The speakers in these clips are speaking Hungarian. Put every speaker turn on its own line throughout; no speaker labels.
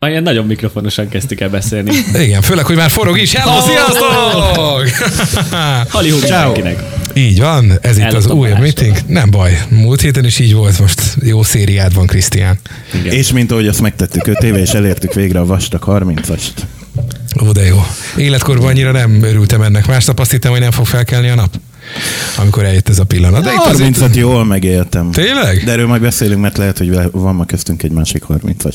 Már ilyen nagyon mikrofonosan kezdtük el beszélni.
Igen, főleg, hogy már forog is. Hello, sziasztok!
Halihúg mindenkinek.
Így van, ez itt az
Eladtam
újabb
Balázsnak.
meeting. Nem baj, múlt héten is így volt, most jó szériád van, Krisztián.
Igen.
És mint ahogy azt megtettük 5 éve, és elértük végre a vastag 30-ast.
Ó, de jó. Életkorban annyira nem örültem ennek. Másnap azt hittem, hogy nem fog felkelni a nap, amikor eljött ez a pillanat. De
De
itt azért...
30-at jól megéltem.
Tényleg?
De erről majd beszélünk, mert lehet, hogy vele- van ma köztünk egy másik 30-as.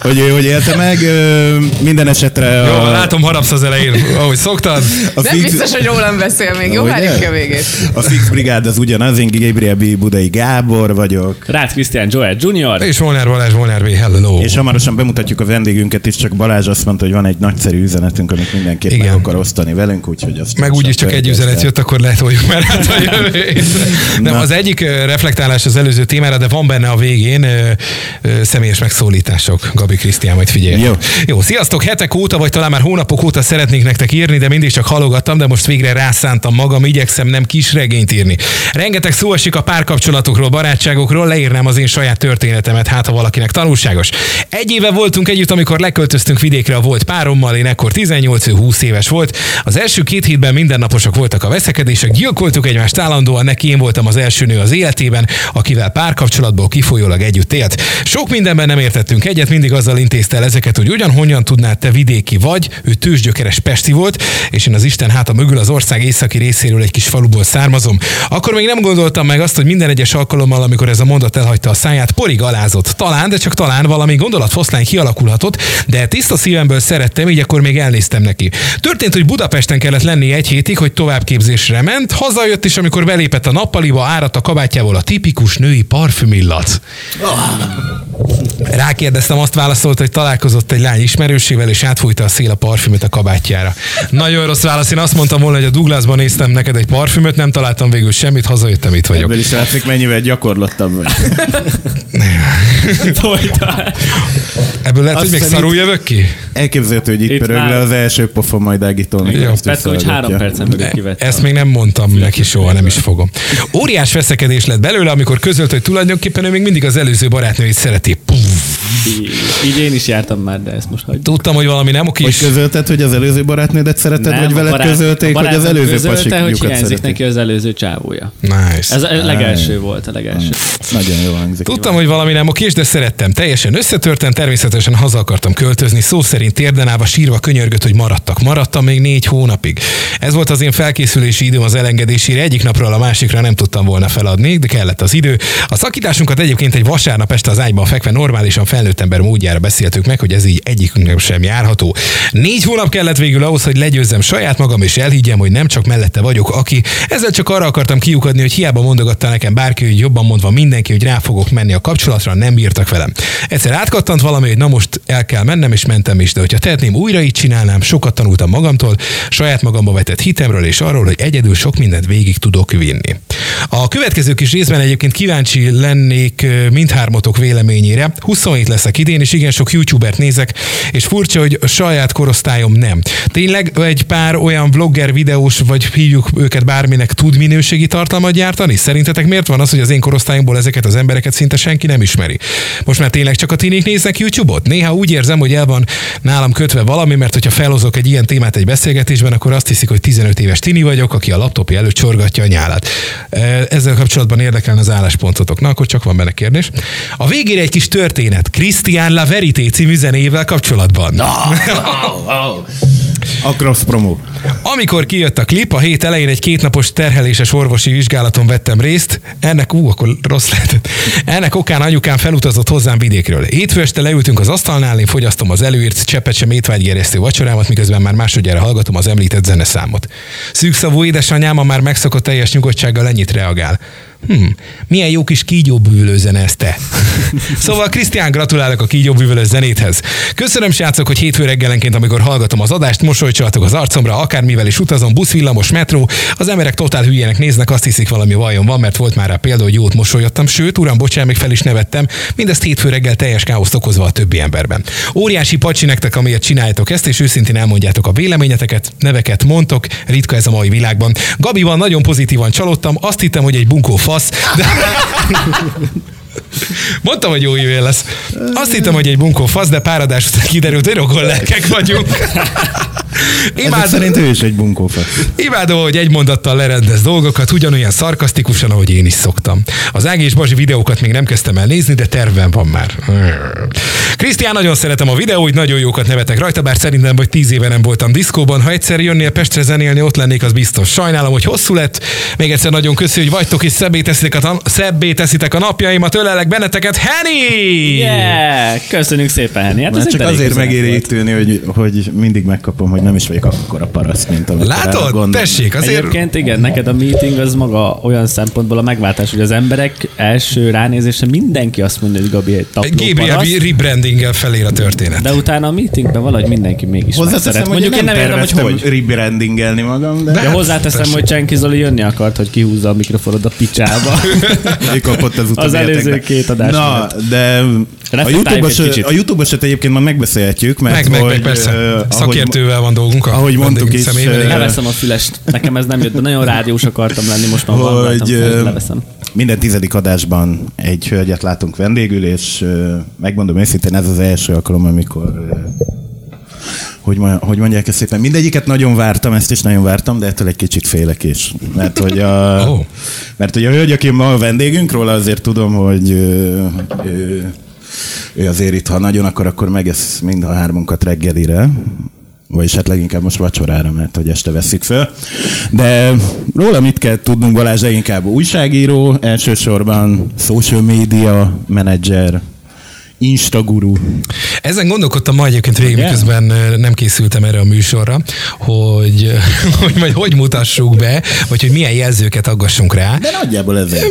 hogy ő hogy élte meg, ö, minden esetre
Jó,
a,
látom, harapsz az elején, ahogy szoktad.
a
Nem biztos, hogy rólam beszél még. Jó,
Ugye?
várjuk ki a végét.
A Fix Brigád az ugyanaz, én Gabriel B. Budai Gábor vagyok.
Rácz Krisztián Joel Junior.
És Molnár Balázs, Molnár B, hello.
És hamarosan bemutatjuk a vendégünket is, csak Balázs azt mondta, hogy van egy nagyszerű üzenetünk, amit mindenképpen
Igen.
meg akar osztani velünk, úgyhogy azt
Meg úgyis csak egy
pörgesse.
üzenet jött, akkor letoljuk már át a jövő hétre. Nem,
Na.
az egyik ö, reflektálás az előző témára, de van benne a végén ö, ö, személyes megszólítások. Gabi Krisztián, majd figyelj.
Jó.
Jó, sziasztok! Hetek óta, vagy talán már hónapok óta szeretnék nektek írni, de mindig csak halogattam, de most végre rászántam magam, igyekszem nem kis regényt írni. Rengeteg szó esik a párkapcsolatokról, barátságokról, leírnám az én saját történetemet, hát ha valakinek tanulságos. Egy éve voltunk együtt, amikor leköltöztünk vidékre a volt párommal, én ekkor 18 ő 20 éves volt. Az első két hétben mindennaposak voltak a veszekedések, gyilkoltuk egymást állandóan, neki én voltam az első nő az életében, akivel párkapcsolatból kifolyólag együtt élt. Sok mindenben nem értettünk egyet, mindig azzal intézte el ezeket, hogy ugyanhonnan tudnád te vidéki vagy, ő tőzsgyökeres Pesti volt, és én az Isten háta mögül az ország északi részéről egy kis faluból származom. Akkor még nem gondoltam meg azt, hogy minden egyes alkalommal, amikor ez a mondat elhagyta a száját, porig alázott. Talán, de csak talán valami gondolatfoszlány kialakulhatott, de tiszta szívemből szerettem, így akkor még elnéztem neki. Történt, hogy Budapesten kellett lenni egy hétig, hogy továbbképzésre ment, hazajött, és amikor belépett a nappaliba, áradt a kabátjából a tipikus női parfümillat. Rákérdeztem, azt válaszolt, hogy találkozott egy lány ismerősével, és átfújta a szél a parfümöt a kabátjára. Nagyon rossz válasz, én azt mondtam volna, hogy a Douglasban néztem neked egy parfümöt, nem találtam végül semmit, hazajöttem, itt vagyok.
Ebből is látszik, mennyivel gyakorlottabb vagy.
Folytás.
Ebből lehet,
Azt
hogy még
hiszem,
szarul jövök ki?
Elképzelhető, hogy itt,
Itt
itt pörög le
már-
az első pofon, majd ágítolni.
Jó.
ezt
Petkovics három
visszaragadja.
percen mögül kivett.
Ezt még nem mondtam neki soha, nem is fogom. Óriás veszekedés lett belőle, amikor közölt, hogy tulajdonképpen ő még mindig az előző barátnőit szereti. Puff.
Így, így én is jártam már, de ezt most hagyd.
Tudtam, hogy valami nem oké.
Hogy
és-
közölted, hogy az előző barátnődet szereted,
Nem,
vagy
a
veled
barát-
közölték,
a
hogy az
barátom
előző
közölte, hogy
pasikjukat
hiányzik
szeretik.
neki az előző csávója.
Nice.
Ez a legelső volt, a legelső.
Nagyon jó hangzik.
Tudtam, hogy valami nem okés, de szerettem. Teljesen összetörtem, természetesen haza akartam költözni. Szó szerint térdenába sírva könyörgött, hogy maradtak. Maradtam még négy hónapig. Ez volt az én felkészülési időm az elengedésére. Egyik napról a másikra nem tudtam volna feladni, de kellett az idő. A szakításunkat egyébként egy vasárnap este az ágyban fekve normálisan felnőtt ember módjára beszéltük meg, hogy ez így egyikünknek sem járható. Négy hónap kellett végül ahhoz, hogy legyőzzem saját magam, és elhiggyem, hogy nem csak mellette vagyok, aki. Ezzel csak arra akartam kiukadni, hogy hiába mondogatta nekem bárki, hogy jobban mondva mindenki, hogy rá fogok menni a kapcsolatra, nem bírtak velem. Egyszer átkattant valami, hogy na most el kell mennem, és mentem is, de hogyha tehetném, újra így csinálnám, sokat tanultam magamtól, saját magamba vetett hitemről és arról, hogy egyedül sok mindent végig tudok vinni. A következő kis részben egyébként kíváncsi lennék ö, mindhármatok véleményére. 27 leszek idén, és igen sok YouTubert nézek, és furcsa, hogy a saját korosztályom nem. Tényleg egy pár olyan vlogger, videós, vagy hívjuk őket bárminek tud minőségi tartalmat gyártani? Szerintetek miért van az, hogy az én korosztályomból ezeket az embereket szinte senki nem ismeri? Most már tényleg csak a tinék néznek YouTube-ot? Néha úgy érzem, hogy el van nálam kötve valami, mert hogyha felhozok egy ilyen témát egy beszélgetésben, akkor azt hiszik, hogy 15 éves tini vagyok, aki a laptopja előtt csorgatja a nyálát. E, Ezzel kapcsolatban érdekelne az álláspontotok. Na, akkor csak van benne kérdés. A végére egy kis történet. Christian La Verité című zenéjével kapcsolatban. Na.
A cross promo.
Amikor kijött a klip, a hét elején egy kétnapos terheléses orvosi vizsgálaton vettem részt. Ennek, ú, akkor rossz lehetett. Ennek okán anyukám felutazott hozzám vidékről. Hétfő este leültünk az asztalnál, én fogyasztom az előírt cseppecse étvágygerjesztő vacsorámat, miközben már másodjára hallgatom az említett zeneszámot. Szűkszavú édesanyám a már megszokott teljes nyugodtsággal ennyit reagál. Hm, milyen jó kis kígyóbűvölő zene ez te. szóval Krisztián, gratulálok a kígyóbűvölő zenéthez. Köszönöm, srácok, hogy hétfő reggelenként, amikor hallgatom az adást, mosolycsoltok az arcomra, akármivel is utazom, busz, villamos, metró. Az emberek totál hülyének néznek, azt hiszik valami vajon van, mert volt már rá példa, hogy jót mosolyodtam, sőt, uram, bocsánat, még fel is nevettem, mindezt hétfő reggel teljes káoszt okozva a többi emberben. Óriási pacsi nektek, amiért csináljátok ezt, és őszintén elmondjátok a véleményeteket, neveket mondtok, ritka ez a mai világban. Gabival nagyon pozitívan csalódtam, azt hittem, hogy egy bunkó fasz, de... Mondtam, hogy jó jövő lesz. Azt hittem, hogy egy bunkó fasz, de páradás után kiderült, hogy rokon lelkek vagyunk.
Ezek
Imádom,
szerint ő is egy bunkófasz.
imádom, hogy egy mondattal lerendez dolgokat, ugyanolyan szarkasztikusan, ahogy én is szoktam. Az Ági és Bazsi videókat még nem kezdtem el nézni, de tervben van már. Krisztián, nagyon szeretem a videóit, nagyon jókat nevetek rajta, bár szerintem, hogy tíz éve nem voltam diszkóban. Ha egyszer jönnél Pestre zenélni, ott lennék, az biztos. Sajnálom, hogy hosszú lett. Még egyszer nagyon köszi, hogy vagytok, és szebbé teszitek a, tan- szebbé teszitek a napjaimat. Ölelek benneteket, Henny!
Yeah! Köszönjük szépen, Henny. Hát ez
Már
egy
csak
derék
azért
üzenet
megéri
volt.
itt ülni, hogy, hogy mindig megkapom, hogy nem is vagyok akkora paraszt, mint amit
Látod? Tessék, azért-
Egyébként igen, neked a meeting az maga olyan szempontból a megváltás, hogy az emberek első ránézése mindenki azt mondja, hogy Gabi egy tapló
Gabriel
paraszt,
rebrandinggel felér a történet.
de utána a meetingben valahogy mindenki mégis
Hozzáteszem,
megszeret.
hogy
Mondjuk én nem értem, hogy hogy.
rebrandingelni magam, de
De hozzáteszem,
persze.
hogy Csenki Zoli jönni akart, hogy kihúzza a mikrofonod a picsába.
ő kapott az utóbbi
Az előző
hetekben.
két adás
Na,
miatt.
de a
Reflektáljuk
YouTube-os,
egy kicsit.
a YouTube-os egyébként már megbeszélhetjük, mert
Meg, meg,
hogy,
meg, persze.
ö, ahogy
Szakértővel van dolgunk. a
ahogy mondtuk
vendégünk
is,
személyében,
ö,
igen.
Leveszem a fülest. Nekem ez nem jött, de nagyon rádiós akartam lenni, most már van rajtam,
hogy
szóval
ö,
leveszem.
minden tizedik adásban egy hölgyet látunk vendégül, és ö, megmondom őszintén, ez az első alkalom, amikor eh, ö, hogy, ma, hogy mondják ezt szépen? Mindegyiket nagyon vártam, ezt is nagyon vártam, de ettől egy kicsit félek is. Mert hogy a,
Ó.
oh. mert hogy a hölgy, aki ma a vendégünk, róla azért tudom, hogy ő, ő, ő azért itt, ha nagyon akar, akkor megesz mind a hármunkat reggelire, vagyis hát leginkább most vacsorára, mert hogy este veszik föl. De róla mit kell tudnunk, Balázs leginkább újságíró, elsősorban social media menedzser, Instaguru.
Ezen gondolkodtam ma egyébként végig,
Ugye?
miközben ö, nem készültem erre a műsorra, hogy, hogy majd hogy mutassuk be, vagy hogy milyen jelzőket aggassunk rá.
De nagyjából ezek.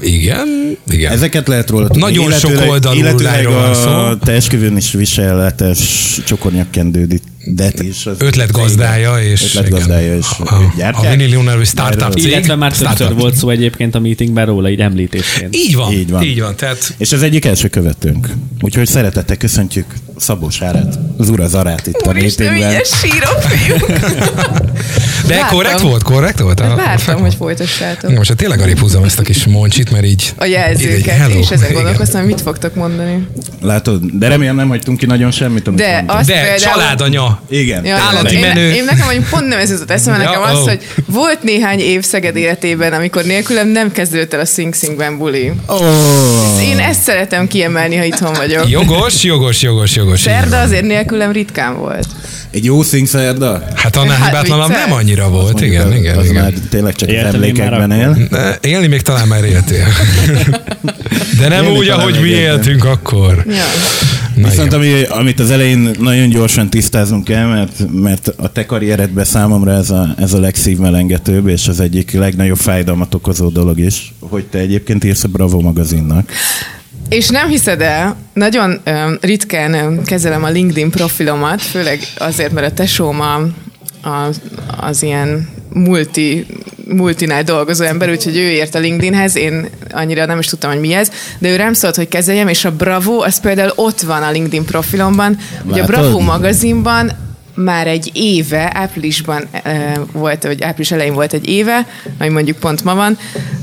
Igen, igen.
Ezeket lehet róla tudni.
Nagyon sok oldalú
illetőleg
lányról van
a
szó.
te esküvőn is viseletes csokornyakkendődet is. hát Az
Ötletgazdája és...
Ötletgazdája
igen.
és
A,
ők
a,
gyártják.
a Vinilion nevű startup cég.
Illetve már többször
Startup.
volt szó egyébként a meetingben róla, így említésként.
Így van,
Így van.
így van. Tehát
És ez egyik első követőnk. Úgyhogy szeretettel köszöntjük Szabó Sárát, az ura Zarát itt a
Úristen,
meetingben.
mindjárt sírok, fiúk.
de
Vártam.
korrekt volt, korrekt volt? A-
Vártam, hogy folytassátok.
Igen, most hát tényleg arrébb húzom ezt a kis moncsit, mert így...
A
így egy
jelzőket,
hello.
és ezen
Igen.
gondolkoztam, hogy mit fogtok mondani.
Látod, de remélem nem hagytunk ki nagyon semmit, amit
De
mondtunk.
azt
De
például...
családanya.
Igen.
Ja,
tényleg.
Állati
én,
menő.
Én nekem mondjuk pont nem ez jutott eszembe,
Ja,
nekem
ó.
az, hogy volt néhány év Szeged életében, amikor nélkülem nem kezdődött el a Sing Singben buli.
Ó,
Én ezt szeretem kiemelni, ha itthon vagyok.
Jogos, jogos, jogos, jogos. így
Szerda
van.
azért nélkülem ritkán volt.
egy jó szingszerda?
Hát annál
Hát
hibátlanabb
vicces.
nem annyira volt, igen,
az,
igen,
az
igen.
már tényleg csak az
Értem, én már
emlékekben
akkor.
él.
Ne, Élni még talán már éltél. De nem
Élni
úgy,
talán
ahogy
még
mi
éltem.
éltünk akkor.
Ja.
Na
Viszont
igen.
ami, amit az elején nagyon gyorsan tisztázunk el, mert, mert a te karrieredben számomra ez a, ez a legszívmelengetőbb, és az egyik legnagyobb fájdalmat okozó dolog is, hogy te egyébként írsz a Bravo magazinnak.
És nem hiszed el, nagyon öm, ritkán öm, kezelem a LinkedIn profilomat, főleg azért, mert a tesóm a, a, az ilyen multi, multinál dolgozó ember, úgyhogy ő ért a LinkedInhez, én annyira nem is tudtam, hogy mi ez, de ő rám szólt, hogy kezeljem, és a Bravo, az például ott van a LinkedIn profilomban, hogy a
Látod?
Bravo magazinban már egy éve, áprilisban eh, volt, vagy április elején volt egy éve, ami mondjuk pont ma van,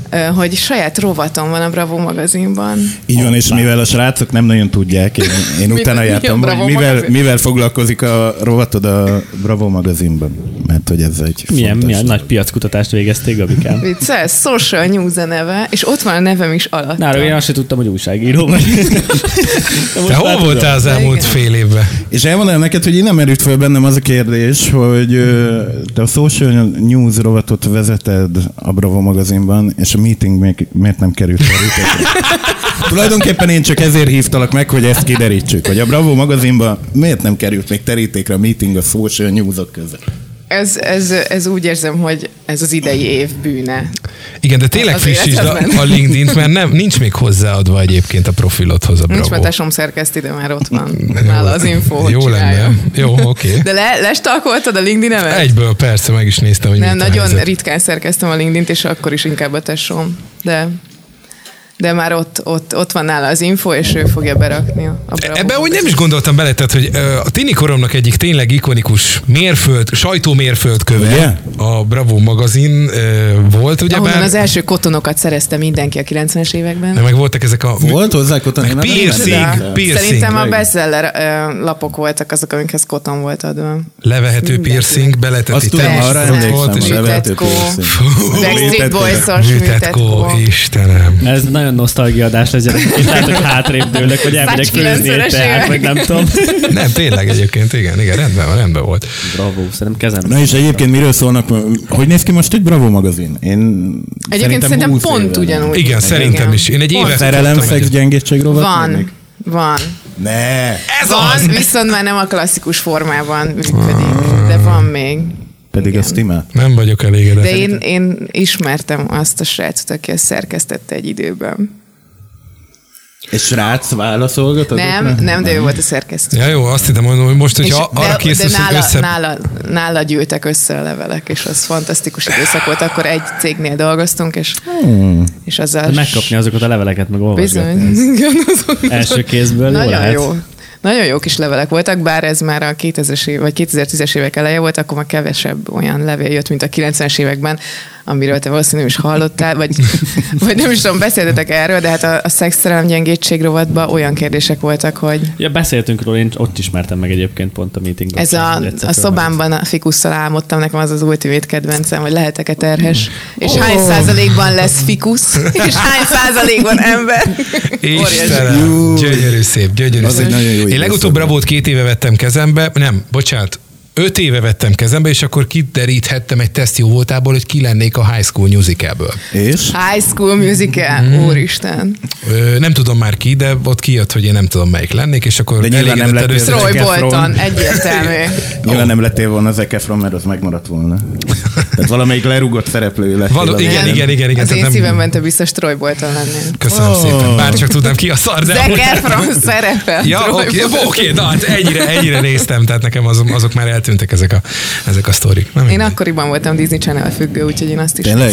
eh, hogy saját rovatom van a Bravo magazinban.
Így van, és mivel a srácok nem nagyon tudják, én, én utána
mi a
jártam,
Bravo
hogy mivel,
magazin?
mivel foglalkozik a rovatod a Bravo magazinban, mert hogy ez egy
Milyen,
fontos
milyen nagy piackutatást végezték, Gabikám?
Vicces, Social News a neve, és ott van a nevem is alatt.
Na, arra én azt sem tudtam, hogy újságíró vagy.
Te hol voltál az elmúlt
Igen.
fél évben?
És elmondanám neked, hogy innen merült fel bennem az a kérdés, hogy ö, te a Social News rovatot vezeted a Bravo magazinban, és a meeting még miért nem került fel utakra? Tulajdonképpen én csak ezért hívtalak meg, hogy ezt kiderítsük, hogy a Bravo magazinban miért nem került még terítékre a meeting a Social news között.
Ez, ez, ez úgy érzem, hogy ez az idei év bűne.
Igen, de tényleg
Az
frissítsd a,
életedben.
a linkedin mert nem, nincs még hozzáadva egyébként a profilodhoz a
Nincs, mert
Bravo.
tesóm szerkeszti, de már ott van.
Jó.
Nála az info, hogy
Jó
csinálja.
lenne. Jó, oké.
De le, lestalkoltad a linkedin -emet?
Egyből persze, meg is néztem, hogy
Nem,
mit a
nagyon
helyzet.
ritkán szerkeztem a linkedin és akkor is inkább a tesóm. De de már ott, ott, ott van nála az info, és ő fogja berakni. A Bravo
Ebben E, úgy nem
Best.
is gondoltam bele, tehát, hogy ö, a tini koromnak egyik tényleg ikonikus mérföld, sajtó mérföldköve
Ugye?
a Bravo magazin ö, volt, ugye
Ahonnan
bár,
az első kotonokat szerezte mindenki a 90-es években.
de meg voltak ezek a
Volt hozzá koton?
Meg
Én nem
piercing,
emlékszem.
piercing.
Szerintem a
Igen.
bestseller ö, lapok voltak azok, amikhez koton volt adva.
levehető piercing, beletett
Azt
itt
tudom,
Persze.
arra emlékszem,
és
a levehető
Műtetkó.
piercing.
Backstreet Boys-os
műtetkó,
műtetkó.
Istenem.
Ez nagyon nosztalgia adás lesz, gyerekek. És lehet, hogy hátrébb dőlök, hogy elmegyek főzni
90-es
egy teát,
évek.
vagy nem tudom.
Nem, tényleg egyébként, igen, igen, rendben van, rendben volt.
Bravo, szerintem kezem.
Na és egyébként miről szólnak? Hogy néz ki most egy Bravo magazin? Én
Egyébként szerintem
20
pont
éve.
ugyanúgy.
Igen, szerintem is. Én egy
Pont.
éve
Szerelem, szex, gyengétség rovat?
Van,
lennék?
van.
Ne!
Ez
Van,
az! Ah.
viszont már nem a klasszikus formában működik, de van még.
Pedig
Igen.
azt imád.
Nem vagyok elégedett.
De én, én ismertem azt a srácot, aki ezt szerkesztette egy időben.
És srác válaszolgatott?
Nem, nem, de ő volt a szerkesztő.
Ja jó, azt hittem mondom, hogy most,
És
hogyha arra
de, de
készülsz, hogy
nála,
össze...
nála, nála gyűltek össze a levelek, és az fantasztikus időszak volt. Akkor egy cégnél dolgoztunk, és, és azzal...
Megkapni azokat a leveleket, meg olvasgatni.
Bizony. Igen, azok-
Első kézből jó
Nagyon
lehet.
jó. Nagyon jó kis levelek voltak, bár ez már a 2000-es év, vagy 2010-es évek eleje volt, akkor már kevesebb olyan levél jött, mint a 90-es években, amiről te valószínűleg nem is hallottál, vagy, vagy nem is tudom, beszéltetek erről, de hát a, a szexszerelem gyengétség rovatban olyan kérdések voltak, hogy
Ja, beszéltünk róla, én ott ismertem meg egyébként pont a meeting.
ez a, a szobámban a fikusszal álmodtam, nekem az az ultimate kedvencem, hogy lehetek-e terhes,
Mm.
és hány
Oh.
százalékban lesz fikusz, és hány százalékban ember.
Istenem, gyönyörű szép, gyönyörű
Az
szép.
egy nagyon jó
Én
időszak
legutóbb
volt.
Brabót két éve vettem kezembe, nem, bocsánat, öt éve vettem kezembe, és akkor kideríthettem egy teszt jó voltából, hogy ki lennék a High School Musicalből.
És?
High School Musical,
Mhm.
úristen.
Ö, nem tudom már ki, de ott kijött, hogy én nem tudom melyik lennék, és akkor
De nyilván nem
elégedett
lettél
először.
Zac
Troy
Efron.
Bolton, egyértelmű.
Nyilván nem lettél volna Zac Efron, mert az megmaradt volna. Tehát valamelyik lerúgott szereplő lett.
Való, igen,
Nem.
igen, igen, igen.
Az
tehát
én
nem-
szívemben te biztos Troy Bolton lennél.
Köszönöm
Ó.
szépen. Bár csak tudnám ki a szar, de...
Zac Efron szerepe.
Ja,
Troy
oké,
Bolton.
oké, na hát ennyire, ennyire néztem, tehát nekem azok, azok már eltűntek ezek a, ezek a sztorik. Na,
Én
mindegy.
akkoriban voltam Disney Channel függő, úgyhogy én azt is.
Tényleg?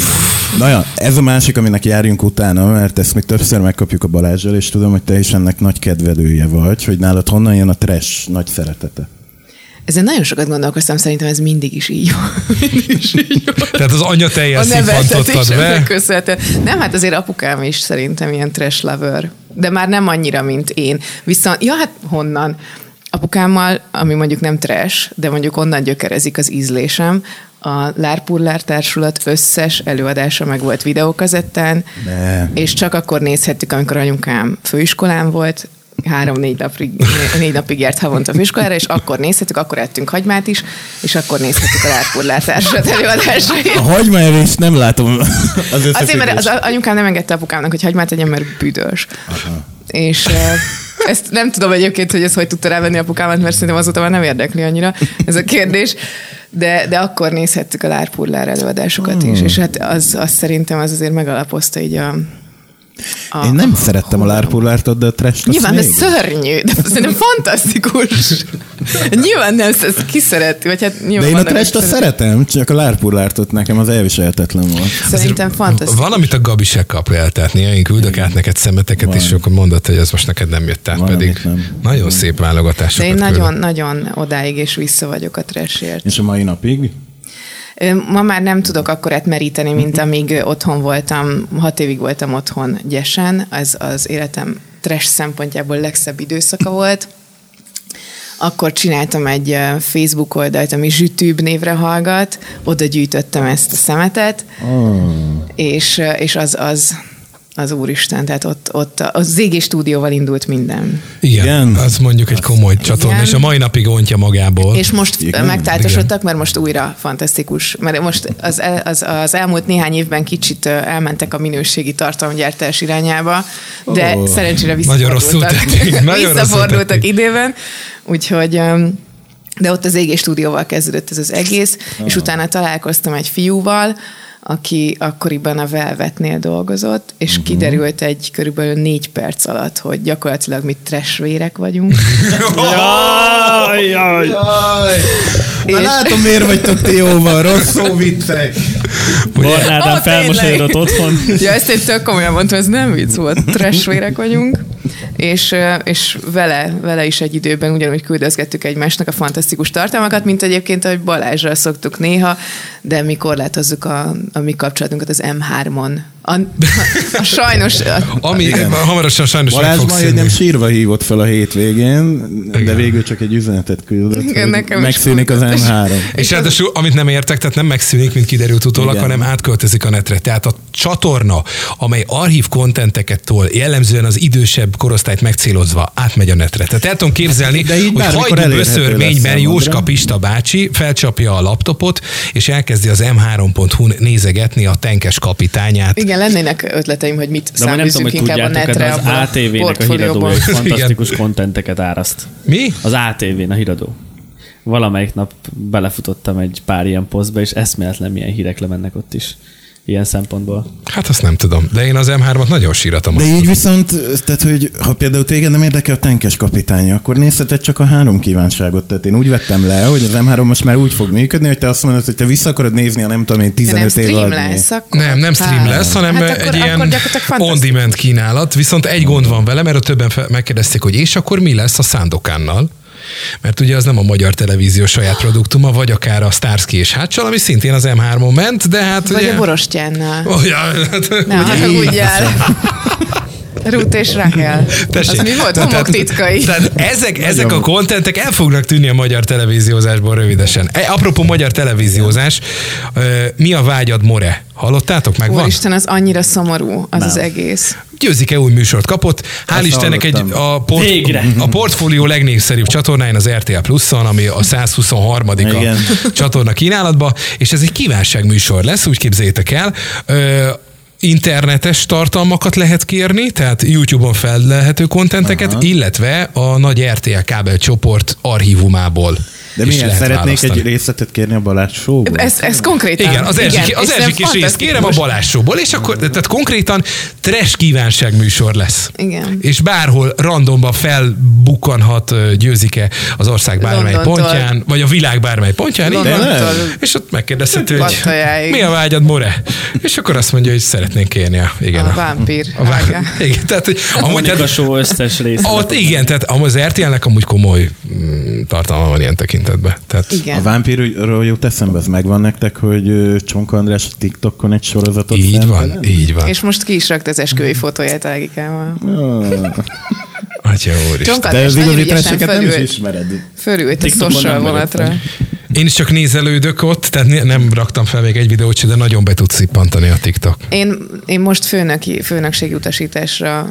Na ja, ez a másik, aminek járjunk utána, mert ezt még többször megkapjuk a Balázsral, és tudom, hogy te is ennek nagy kedvelője vagy, hogy nálad honnan jön a trash nagy szeretete.
Ezen nagyon sokat gondolkoztam, szerintem ez mindig is így van. Mindig is így van.
Tehát az anya
A
teljesen szimpantottad
neveltetésemnek
be.
köszönhető. Nem, hát azért apukám is szerintem ilyen trash lover. De már nem annyira, mint én. Viszont, ja, hát honnan? Apukámmal, ami mondjuk nem trash, de mondjuk onnan gyökerezik az ízlésem, a Lárpullár társulat összes előadása meg volt videókazettán,
Ne.
és csak akkor nézhettük, amikor anyukám főiskolán volt, három-négy napig, négy napig járt havonta főiskolára, és akkor nézhettük, akkor ettünk hagymát is, és akkor nézhettük a Lárpullár társulat előadásait.
A hagymára is nem látom az
Azért, mert
összefüggést.
az anyukám nem engedte apukámnak, hogy hagymát tegyen, mert büdös. És eh, ezt nem tudom egyébként, hogy ez hogy tudta rávenni apukámat, mert szerintem azóta már nem érdekli annyira ez a kérdés. De, de akkor nézhettük a Lárpullár előadásokat
Hmm.
is, és hát az, az szerintem az azért megalapozta így a... a
Én nem szerettem a lárpullárt, de a trash
Nyilván, ez szörnyű, de szerintem fantasztikus. Nyilván nem, ezt ki szereti, vagy hát nyilván
De én a
vannak, akik
trash szeretem, csak a lárpullártot nekem az elviselhetetlen volt.
Szerintem fantasztikus.
Valamit a Gabi se kap el, tehát néha én küldök át neked szemeteket, és akkor mondod, hogy ez most neked nem jött át,
Valamit
pedig
nem.
nagyon szép
De
válogatásokat
én
küldök.
nagyon-nagyon odáig és vissza vagyok a trashért.
És a mai napig?
Ö, Ma már nem tudok akkorát meríteni, mint amíg ö, otthon voltam, hat évig voltam otthon gyesen, ez az életem trash szempontjából legszebb időszaka volt. Akkor csináltam egy ö, Facebook oldalt, ami Zsütűbb névre hallgat, oda gyűjtöttem ezt a szemetet, és, ö, és az, az az úristen, tehát ott, ott a, a ZG stúdióval indult minden.
Igen,
Igen.
az mondjuk egy komoly csatorna,
Igen.
és a mai napig ontja magából.
És most
Igen?
Igen? megtáltosodtak, mert most újra fantasztikus. Mert most az, el- az, az elmúlt néhány évben kicsit ö, elmentek a minőségi tartalomgyártás irányába, de
Ó,
oh, szerencsére
nagyon rosszul
visszafordultak.
tették, nagyon rosszul
visszafordultak
tették.
időben, úgyhogy... öm, De ott az égés stúdióval kezdődött ez az egész, és
Ah.
utána találkoztam egy fiúval, aki akkoriban a Velvetnél dolgozott, és
Mhm.
uh-huh. kiderült egy körülbelül négy perc alatt, hogy gyakorlatilag mi trashvérek vagyunk.
Jaj, jaj.
Na látom, hát miért vagytok ti jóval, rossz szó viccek.
Barnádán
Ó, tényleg.
felmosódott otthon.
Ja, ezt én tök komolyan mondtam, ez nem vicc volt, trashvérek vagyunk, és, ö, és vele, vele is egy időben ugyanúgy küldözgettük egymásnak a fantasztikus tartalmakat, mint egyébként, ahogy Balázsra szoktuk néha, de mi korlátozzuk a, a mi kapcsolatunkat az M3-on. A, a, a sajnos... A,
Ami hamarosan sajnos meg
Hát Balázs
fog
majd, hogy nem
szűnni.
sírva hívott fel a hétvégén, de
Igen.
végül csak egy üzenetet küldött,
Igen,
hogy
nekem is
megszűnik az
fontos.
M3.
És ráadásul, amit nem értek, tehát nem megszűnik, mint kiderült utólag,
Igen.
hanem átköltözik a netre. Tehát a csatorna, amely archív kontenteket tol, jellemzően az idősebb korosztályt megcélozva, átmegy a netre. Tehát el tudom képzelni,
De így
hogy
bármikor
hajdu
elérhető lesz
böszörményben
számodra.
Jóska Pista bácsi felcsapja a laptopot, és elkezdi az m3.hu-n nézegetni a tenkes kapitányát.
igen, lennének ötleteim, hogy mit
De majd nem tudom,
száműzünk
hogy
inkább a
tudjátok, de
netre,
az
abba a
ATV-nek a híradó
portfólióban.
egy fantasztikus kontenteket áraszt.
Mi?
Az ATV-n a híradó. Valamelyik nap belefutottam egy pár ilyen posztba, és eszméletlen milyen hírek lemennek ott is. Ilyen szempontból.
Hát azt nem tudom, de én az M3-at nagyon síratom.
De így viszont, tehát, hogy ha például téged nem érdekel a tenkes kapitány, akkor nézheted csak a három kívánságot. Tehát én úgy vettem le, hogy az M3 most már úgy fog működni, hogy te azt mondod, hogy te vissza akarod nézni a nem tudom én
De nem
15 év
stream
alatt.
lesz, akkor?
Nem, nem stream
Hát.
lesz, hanem
Hát
hát
akkor-
egy ilyen
akkor gyakorlatilag fantasztikus.
on-demand kínálat, viszont egy gond van vele, mert a többen fel- megkérdezték, hogy és akkor mi lesz a szándokánnal? Mert ugye az nem a magyar televízió saját produktuma, vagy akár a Starsky és Hácsal, ami szintén az M3-on ment, de hát
Vagy
ugye...
a borostyánnal.
Oh, ja, hát-
Na, hát akkor úgy jár. Rút és Rahel. Az mi volt?
Tehát-
Homok titkai.
Tehát ezek, ezek a kontentek el fognak tűnni a magyar televíziózásból rövidesen. E, apropó magyar televíziózás, ö, mi a vágyad, More? Hallottátok? Megvan?
Úristen, az annyira szomorú, az nem. az egész.
Győzike új műsort kapott. Hál'
Azt
Istennek egy,
hallottam.
a, port,
Végre.
a portfólió legnépszerűbb csatornáin az RTL Plus-on, ami a 123.
Igen.
A csatorna kínálatba, és ez egy kívánságműsor lesz, úgy képzétek el. Ö, internetes tartalmakat lehet kérni, tehát YouTube-on fellelhető kontenteket, Aha. illetve a nagy RTL kábel csoport archívumából
De
is
milyen
lehet
szeretnék
választani.
egy részletet kérni a Balázs showból?
Ez, ez konkrétan.
Igen, az Erzsik, az
és nem
Erzsik is részt
fantasztikus.
kérem a balásóból, és akkor, tehát konkrétan trash kívánság műsor lesz.
Igen.
És bárhol randomban felbukkanhat ö, győzike az ország bármely
Londontól.
pontján, vagy a világ bármely pontján, így van.
Londontól
És ott megkérdezhető, hogy
Pattajáig.
mi a vágyad, More? És akkor azt mondja, hogy szeretnénk kérni a, igen,
a vámpír.
a vá- igen, tehát, hogy amúgy,
Mondjuk a
tehát,
show összes része.
ott igen, tehát amúgy az RTL-nek amúgy komoly mm, tartalma van ilyen tekintetben. Tehát,
A
Igen.
vámpírról jut eszembe, ez megvan nektek, hogy ö, Csonka András a TikTokon egy sorozatot
így
szemben?
van, így van.
És most ki is rakta az esküvői fotóját Ágikával.
Atya úristen.
Csonka
De
András
az
nagyon
igazi
ügyesen
tresseket nem is
fölült,
ismered.
fölült a
TikTokon
social
nem vagyok
vonatra.
fenn.
Én is csak nézelődök ott, tehát ne- nem raktam fel még egy videót se, de nagyon be tud szippantani a TikTok.
Én, én most főnöki, főnökségi utasításra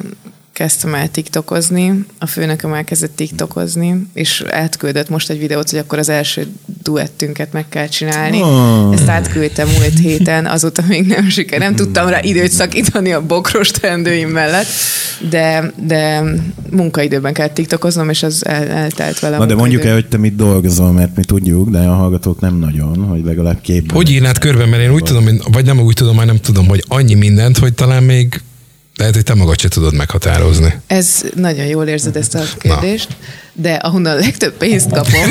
kezdtem el tiktokozni, a főnököm elkezdett tiktokozni, és átküldött most egy videót, hogy akkor az első duettünket meg kell csinálni.
Ó.
Ezt átküldtem múlt héten, azóta még nem siker. Nem tudtam rá időt szakítani a bokros teendőim mellett, de, de munkaidőben kell tiktokoznom, és az el, eltelt velem.
Na de mondjuk el, hogy te mit dolgozol, mert mi tudjuk, de a hallgatók nem nagyon, hogy legalább képben.
Hogy írnád körben, mert én úgy tudom, hogy- vagy nem úgy tudom, már nem tudom, hogy annyi mindent, hogy talán még lehet, hogy te magad se tudod meghatározni.
Ez nagyon jól érzed ezt a kérdést, de ahonnan a legtöbb pénzt kapom,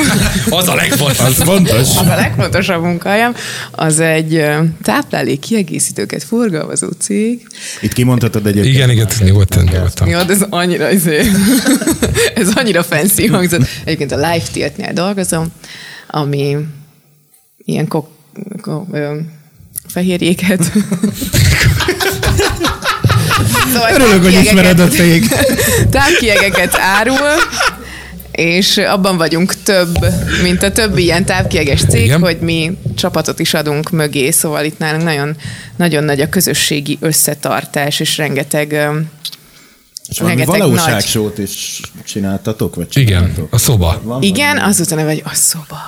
Az a legfontosabb.
fontos.
Az a legfontosabb munkahelyem, az egy ö, táplálék kiegészítőket forgalmazó cég.
Itt kimondhatod egyébként.
Igen, igen, nyugodtan, nyugodtan.
Jó, de ez annyira, izé, ez annyira fancy hangzott. Egyébként a Life Tiltnél dolgozom, ami ilyen kok, kok, ö, fehérjéket. szóval
Örülök, hogy
tápkiegeket-
ismered a cég.
Távkiegeket árul, és abban vagyunk több, mint a többi ilyen távkieges cég,
Igen.
Igen. hogy mi csapatot is adunk mögé, szóval itt nálunk nagyon, nagyon nagy a közösségi összetartás, és rengeteg ö,
És valami
Rengeteg nagy.
valóságsót is csináltatok, vagy
Igen,
csináltatok?
a szoba.
Van
Igen, az volt a neve, hogy a szoba.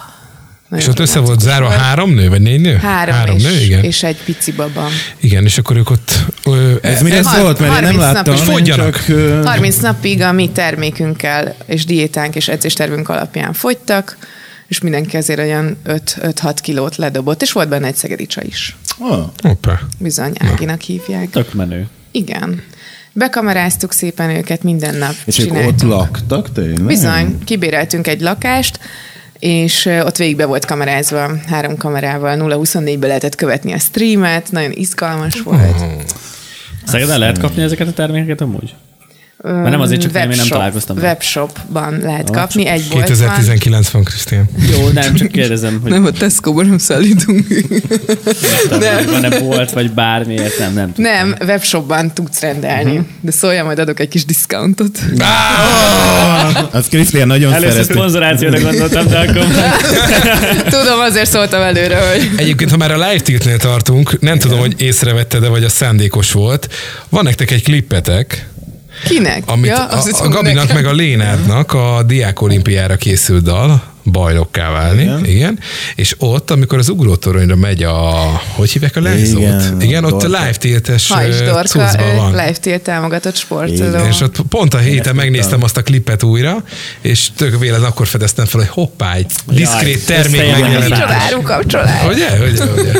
És
Nagyon
ott össze
romantikus
volt zárva három nő, vagy négy nő?
Három,
három
és,
nő, igen.
és egy pici baba.
Igen, és akkor ők ott... Ö,
Ez mire
Har-
szólt, mert én nem
30 nap
láttam.
is
én
fogyjanak.
csak, ö,
30 napig a mi termékünkkel és diétánk és edzéstervünk alapján fogytak, és mindenki azért olyan 5-6 kilót ledobott, és volt benne egy szegedicsa is.
ah,
Hoppá.
Bizony, Áginak hívják.
Tök menő.
Igen. Bekameráztuk szépen őket minden nap.
És ők ott
csináltunk.
laktak tényleg?
Bizony, kibéreltünk egy lakást, és ö, ott végig be volt kamerázva, három kamerával, 0-24-be lehetett követni a streamet, nagyon izgalmas volt.
Szegeden lehet kapni ezeket a termékeket amúgy? Mert nem azért csak nem, én nem találkoztam. vele.
Webshopban lehet kapni, egy volt van.
2019 van, Krisztián.
Jó, nem, csak kérdezem, hogy
Nem, a Tesco-ban nem szállítunk.
nem. van-e bolt, vagy bármiért, nem, nem tudom.
Nem, webshopban tudsz rendelni,
Mhm.
uh-huh. de szóljál, majd adok egy kis diszkountot.
Az Krisztián nagyon
Először
szereti.
szponzorációra gondoltam, de akkor
Tudom, azért szóltam előre, hogy
Egyébként, ha már a live tiltnél tartunk, nem Igen. tudom, hogy észrevette, de vagy a szándékos volt. Van nektek egy klippetek,
kinek.
amit ja, a,
azt hiszem,
a Gabinak
nekem.
meg a Lénátnak a Diák Olimpiára készült dal, bajnokká válni, igen. igen. És ott, amikor az ugrótoronyra megy a, hogy hívják a lányzót? Igen,
Igen,
igen ott
Dorka.
live tiltes
Hajs Dorka,
cuccban
ő
van.
live tél támogatott sportoló.
És ott pont a héten megnéztem azt a klipet újra, és tök véletlen akkor fedeztem fel, hogy hoppá, egy diszkrét termék
összejön.
megjelent.
Micsoda árukapcsolás.
Ugye? Ugye? Ugye?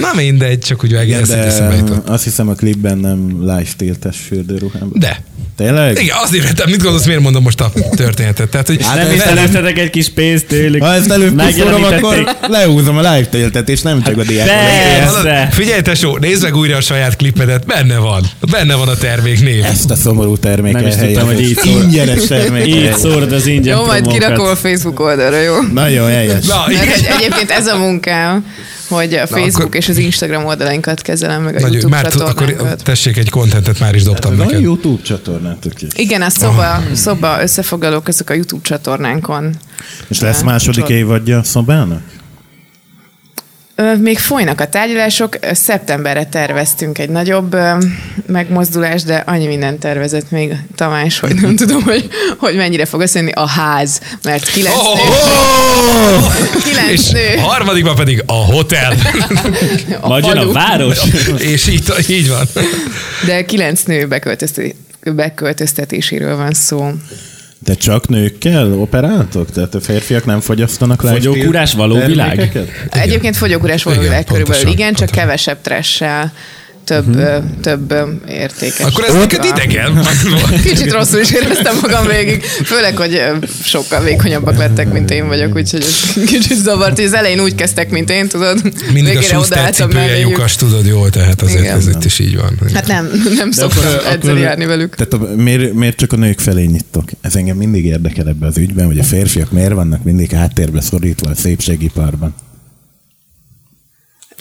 Na mindegy, csak úgy
Igen,
vágni ezt eszembe
de
jutott.
azt hiszem a klipben nem live tiltes fürdőruhában.
De.
Tényleg?
Igen, azért vettem, mit gondolsz, miért mondom most a történetet? Tehát, hogy
Hát
nem is előttetek egy kis pénzt tőlük.
Ha ezt előbb
Megjelenítették.
akkor lehúzom a live tiltet, és nem csak a diákot.
Hát Persze.
Figyelj, tesó, nézd meg újra a saját klipedet, benne van. Benne van a termék név.
Ezt a szomorú terméket
Nem is tudtam, hogy így szól.
Ingyenes
Így
terméket.
szórd az ingyen
Jó, majd
promókat.
kirakom a Facebook oldalra, jó?
Nagyon helyes.
Na,
Mert
igen.
hogy egyébként ez a munkám, hogy a Facebook
akkor-
és az Instagram oldalainkat kezelem, meg a
Nagyon,
YouTube
már tud- akkor
csatornánkat.
tessék, egy kontentet már is dobtam
Van
neked.
YouTube csatornátok is.
Igen, a szoba, szoba összefoglalók ezek a YouTube csatornánkon.
És lesz második
Csod-
évadja a szobának?
Ö, Még folynak a tárgyalások, Ö, szeptemberre terveztünk egy nagyobb ö, megmozdulást, de annyi mindent tervezett még Tamás, hogy nem tudom, hogy, hogy mennyire fog összejönni a ház, mert kilenc
Oh,
nő, kilenc
És
nő,
a harmadikban pedig a hotel.
a
Majd jön a
falu.
város.
És így, így van.
De kilenc nő beköltözte- beköltöztetéséről van szó.
De csak nőkkel operáltok? Tehát a férfiak nem fogyasztanak live
Fogyókúrás
tilt
való világ?
termékeket?
Igen. Egyébként fogyókúrás
Igen,
valóvilág körülbelül,
pontosan,
igen, csak
pontosan.
kevesebb tressel, több, uh-huh. több ö, értékes.
Akkor ez neked idegen.
Kicsit rosszul is éreztem magam végig, főleg, hogy ö, sokkal vékonyabbak lettek, mint én vagyok, úgyhogy ez kicsit zavart. Az elején úgy kezdtek, mint én, tudod.
Mindig a Schuster cipője
melléjük.
lyukas, tudod jól, tehát azért
Igen.
ez itt is így van.
Hát nem, nem szoktam edzeni járni velük.
Tehát a, miért, miért, csak a nők felé nyittok? Ez engem mindig érdekel ebbe az ügyben, hogy a férfiak miért vannak mindig háttérbe szorítva a szépségiparban.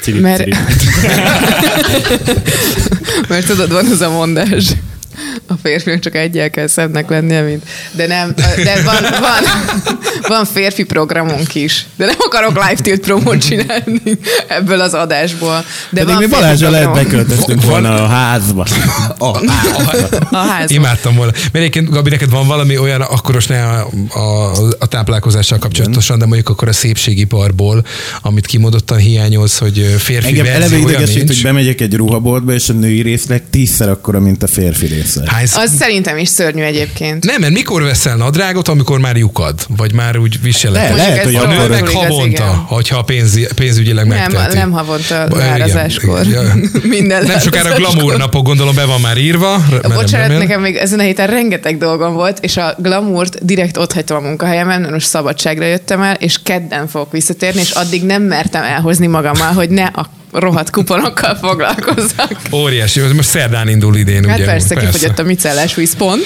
Cirip,
Mert-
cirip.
Mert tudod, van az a mondás. A férfiak csak egyel kell szebbnek lennie, mint... De nem, de van, van, van férfi programunk is. De nem akarok live tilt promót csinálni ebből az adásból. De
Pedig
van
mi
férfi
Balázsra lehet
programunk.
beköltöztünk
Van-
volna a házba. A házba.
A házban.
Imádtam volna. Mert egyébként, Gabi, neked van valami olyan, akkoros ne a, a, a táplálkozással kapcsolatosan, de mondjuk akkor a szépségiparból, amit kimondottan hiányolsz, hogy ö, férfi
Engem eleve
verzió, olyan
idegesít,
nincs.
hogy bemegyek egy ruhaboltba, és a női részleg tízszer akkora, mint a férfi részleg.
Hánysz...
Az szerintem is szörnyű egyébként.
Nem, mert mikor veszel nadrágot, amikor már lyukad? Vagy már úgy
Le,
viseled?
Mondjuk
lehet,
ez
hogy
A
valahol
akkor...
nőnek
igaz,
havonta,
igen.
hogyha a pénz, pénzügyileg
Nem,
megteheti.
nem havonta
Ba- igen,
várazáskor.
igen.
Minden
Nem sokára
várazáskor.
glamour napok, gondolom be van már írva. remélem,
Bocsánat,
remélem.
nekem még ezen a héten rengeteg dolgom volt, és a glamourt direkt ott hagytam a munkahelyemen, mert most szabadságra jöttem el, és kedden fogok visszatérni, és addig nem mertem elhozni magammal, hogy ne a rohadt kuponokkal foglalkozzak.
Óriási, ez most szerdán indul idén,
Hát
ugye?
persze, kifogyott a micellás víz, pont.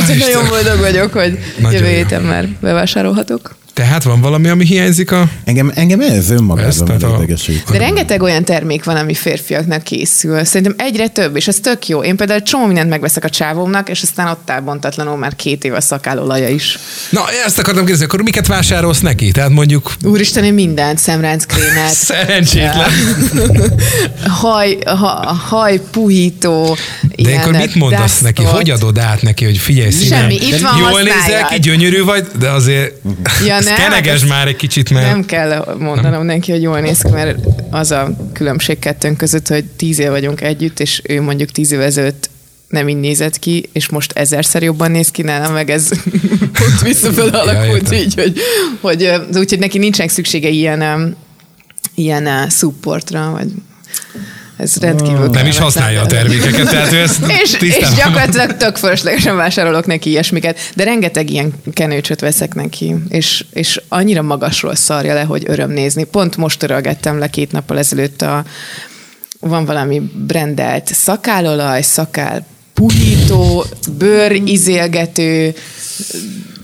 Úgyhogy
Istenem.
nagyon boldog vagyok, hogy
Nagyon
jövő
jó.
héten már bevásárolhatok.
Tehát van valami, ami hiányzik a...
Engem, engem ez
Ez,
önmagában
tehát
már
a-
idegesít.
De rengeteg olyan termék van, ami férfiaknak készül. Szerintem egyre több, és ez tök jó. Én például csomó mindent megveszek a csávómnak, és aztán ott áll bontatlanul már két év a szakállólaja is.
Na, ezt akartam kérdezni, akkor miket vásárolsz neki? Tehát mondjuk
Úristen, én mindent, szemránckrémát,
szerencsétlen.
haj, ha, haj puhító,
De akkor mit mondasz neki? Hogy adod át neki, hogy figyelj színem?
Semmi, itt van,
Jól
használjad.
nézel ki, gyönyörű vagy, de azért
Ja,
ja,
nem,
keneges
hát
már egy kicsit, mert...
Nem kell mondanom neki, hogy jól néz ki, mert az a különbség kettőnk között, hogy tíz év vagyunk együtt, és ő mondjuk tíz év ezelőtt nem így nézett ki, és most ezerszer jobban néz ki nálam, meg ez ott visszafele alakult
értem.
így, hogy, hogy ö, úgyhogy neki nincsenek szüksége ilyen, ö, ilyen ö, supportra, vagy Ez rendkívül
Nem is
kellemetlen.
használja a termékeket, tehát ő ezt
És, és
tisztában van.
gyakorlatilag tök fölöslegesen vásárolok neki ilyesmiket, de rengeteg ilyen kenőcsöt veszek neki, és, és annyira magasról szarja le, hogy öröm nézni. Pont most törölgettem le két nappal ezelőtt a van valami brendelt szakálolaj, szakál puhító, bőr izélgető,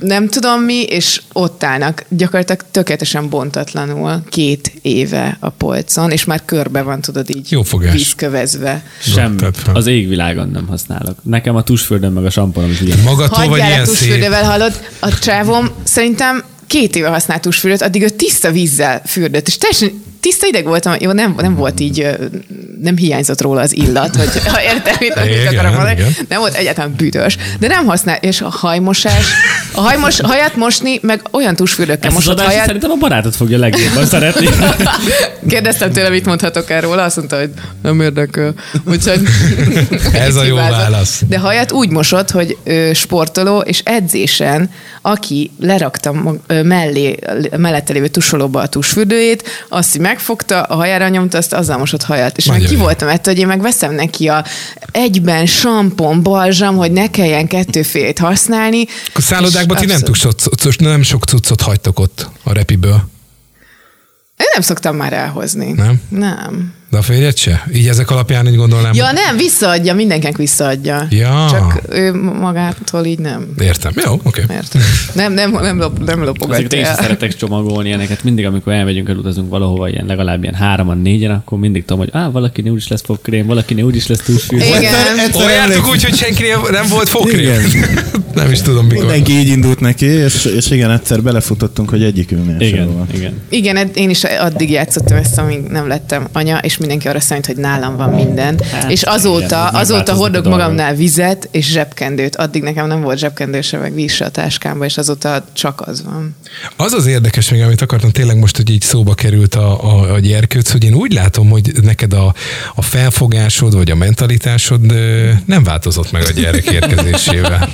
nem tudom mi, és ott állnak gyakorlatilag tökéletesen bontatlanul két éve a polcon, és már körbe van, tudod így
Jó fogás.
vízkövezve.
Sem.
Tettem.
Az égvilágon nem használok. Nekem a tusföldön meg a samponom is ugyanaz.
Magatól vagy
Hagyjál
ilyen
a
szép.
tusfürdővel, hallod? A csávom szerintem két éve használt tusfürdőt, addig ő tiszta vízzel fürdött, és teljesen tiszta ideg voltam, jó, nem, nem volt így, ö, nem hiányzott róla az illat, hogy ha érted, mit mit
Igen,
akarok mondani.
igen.
Nem volt egyáltalán büdös, de nem használ, és a hajmosás, a hajmos, hajat mosni, meg olyan tusfürdőkkel
Ezt az
mosott
adást
hajat,
szerintem a barátod fogja legjobban szeretni.
kérdeztem tőle, mit mondhatok el róla, azt mondta, hogy nem érdekel. Úgyhogy
Ez a jó
hibázott.
válasz.
De hajat úgy mosott, hogy ö, sportoló és edzésen, aki lerakta mag- ö, mellé, mellette lévő tusolóba a tusfürdőjét, azt így megfogta, a hajára nyomta, azt azzal mosott hajat. És meg
Magyar.
ki voltam ettől, hogy én meg veszem neki a egyben sampon, balzsam, hogy ne kelljen kettőfélét használni.
A szállodákban
És
ti nem,
abszolút-
tuksot, cuc- nem sok cuccot hagytok ott a repiből,
Én nem szoktam már elhozni.
Nem?
Nem.
de a férjed se? Így ezek alapján így gondolnám.
Ja, nem, visszaadja, mindenkinek visszaadja.
Hát Ja.
Csak ő magától így nem.
Értem. Jó, oké. Okay.
Mert nem, nem, nem, lop, nem
Ezeket
lopogatja.
én is
el.
szeretek csomagolni ilyeneket. Mindig, amikor elmegyünk, elutazunk valahova ilyen, legalább ilyen hároman, négyen, akkor mindig tudom, hogy á, valakinél úgyis lesz fogkrém, valakinél úgyis lesz túlsűrű.
Igen.
Olyan jártuk úgy, hogy senki nem volt fókrém. nem is tudom mikor.
Mindenki így indult neki, és, és igen, egyszer belefutottunk, hogy egyikünknél sem
Igen,
volt.
igen.
Igen, ed- én is addig játszottam ezt, amíg nem lettem anya, és mindenki arra számít, hogy nálam van minden.
Hát,
Hát, és azóta,
igen,
azóta
megváltoznak a
hordok
dolgok.
magamnál vizet és zsebkendőt. Addig nekem nem volt zsebkendő se, meg víz se a táskámba, és azóta csak az van.
Az az érdekes még, amit akartam tényleg most, hogy így szóba került a, a, a gyerkőc, hogy én úgy látom, hogy neked a, a felfogásod, vagy a mentalitásod ö, nem változott meg a gyerek érkezésével.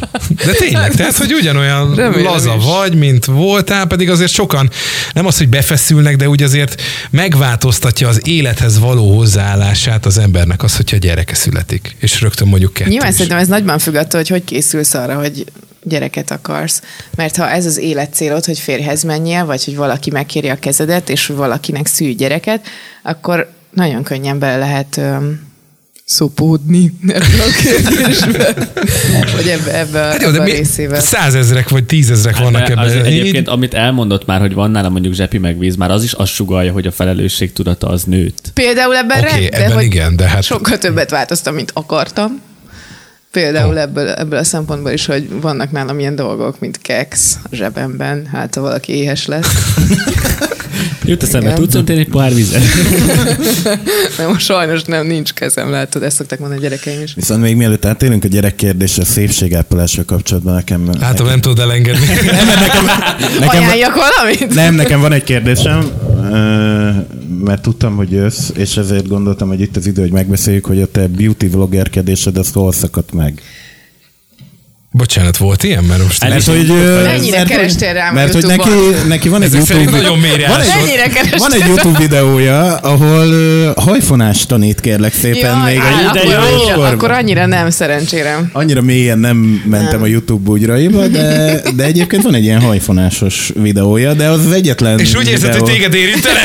De tényleg, tehát, hogy ugyanolyan
Remélem
laza
is.
vagy, mint voltál, pedig azért sokan nem az, hogy befeszülnek, de úgy azért megváltoztatja az élethez való hozzáállását az embernek az, hogyha gyereke születik. És rögtön mondjuk kettős.
Nyilván szerintem ez nagyban függ attól, hogy hogy készülsz arra, hogy gyereket akarsz. Mert ha ez az életcélod, hogy férjhez menjél, vagy hogy valaki megkéri a kezedet, és valakinek szülj gyereket, akkor nagyon könnyen bele lehet öm, szopódni ebben a kérdésben. vagy ebbe, ebbe,
Hát
hát
jó,
ebbe
de
a
mi,
részével.
százezrek vagy tízezrek vannak
De Hát az
ebben.
Egyébként, amit elmondott már, hogy van nálam mondjuk zsepi meg víz, már az is azt sugalja, hogy a felelősség tudata az nőtt.
Például ebben
Oké,
okay, rend, de
ebben
hogy
igen, de hát-
sokkal többet változtam, mint akartam. Például ebből, ebből a szempontból is, hogy vannak nálam ilyen dolgok, mint keks a zsebemben, hát ha valaki éhes lesz.
Jut eszembe,
Igen.
tudsz önteni egy pohár vizet?
De most sajnos nem, nincs kezem, látod, ezt szokták mondani a gyerekeim is.
Viszont még mielőtt átélünk a gyerek kérdésre, a szépségápolással kapcsolatban nekem...
Látom, hát, nem tudod elengedni.
Nekem Ajánljak valamit?
Nem, nekem van egy kérdésem, ö, mert tudtam, hogy jössz, és ezért gondoltam, hogy itt az idő, hogy megbeszéljük, hogy a te beauty vloggerkedésed, az hol szakadt meg.
Bocsánat, volt ilyen? Mert most
El
nem-
is-
Mert hogy, ö,
Mennyire
mert,
kerestél rám
Mert hogy neki,
YouTube-on?
neki van egy
Ezek
YouTube
szerint nagyon mély
van
rászol.
egy,
Mennyire kerestél
van egy YouTube videója, ahol ö, hajfonást tanít kérlek szépen
Jaj,
még
á,
a
akkor,
de jó
annyira,
formában.
akkor annyira nem, szerencsére.
Annyira mélyen nem mentem nem. a YouTube bugyraiba, de, de egyébként van egy ilyen hajfonásos videója, de az az egyetlen
És úgy érzed,
videó.
hogy téged érintenek?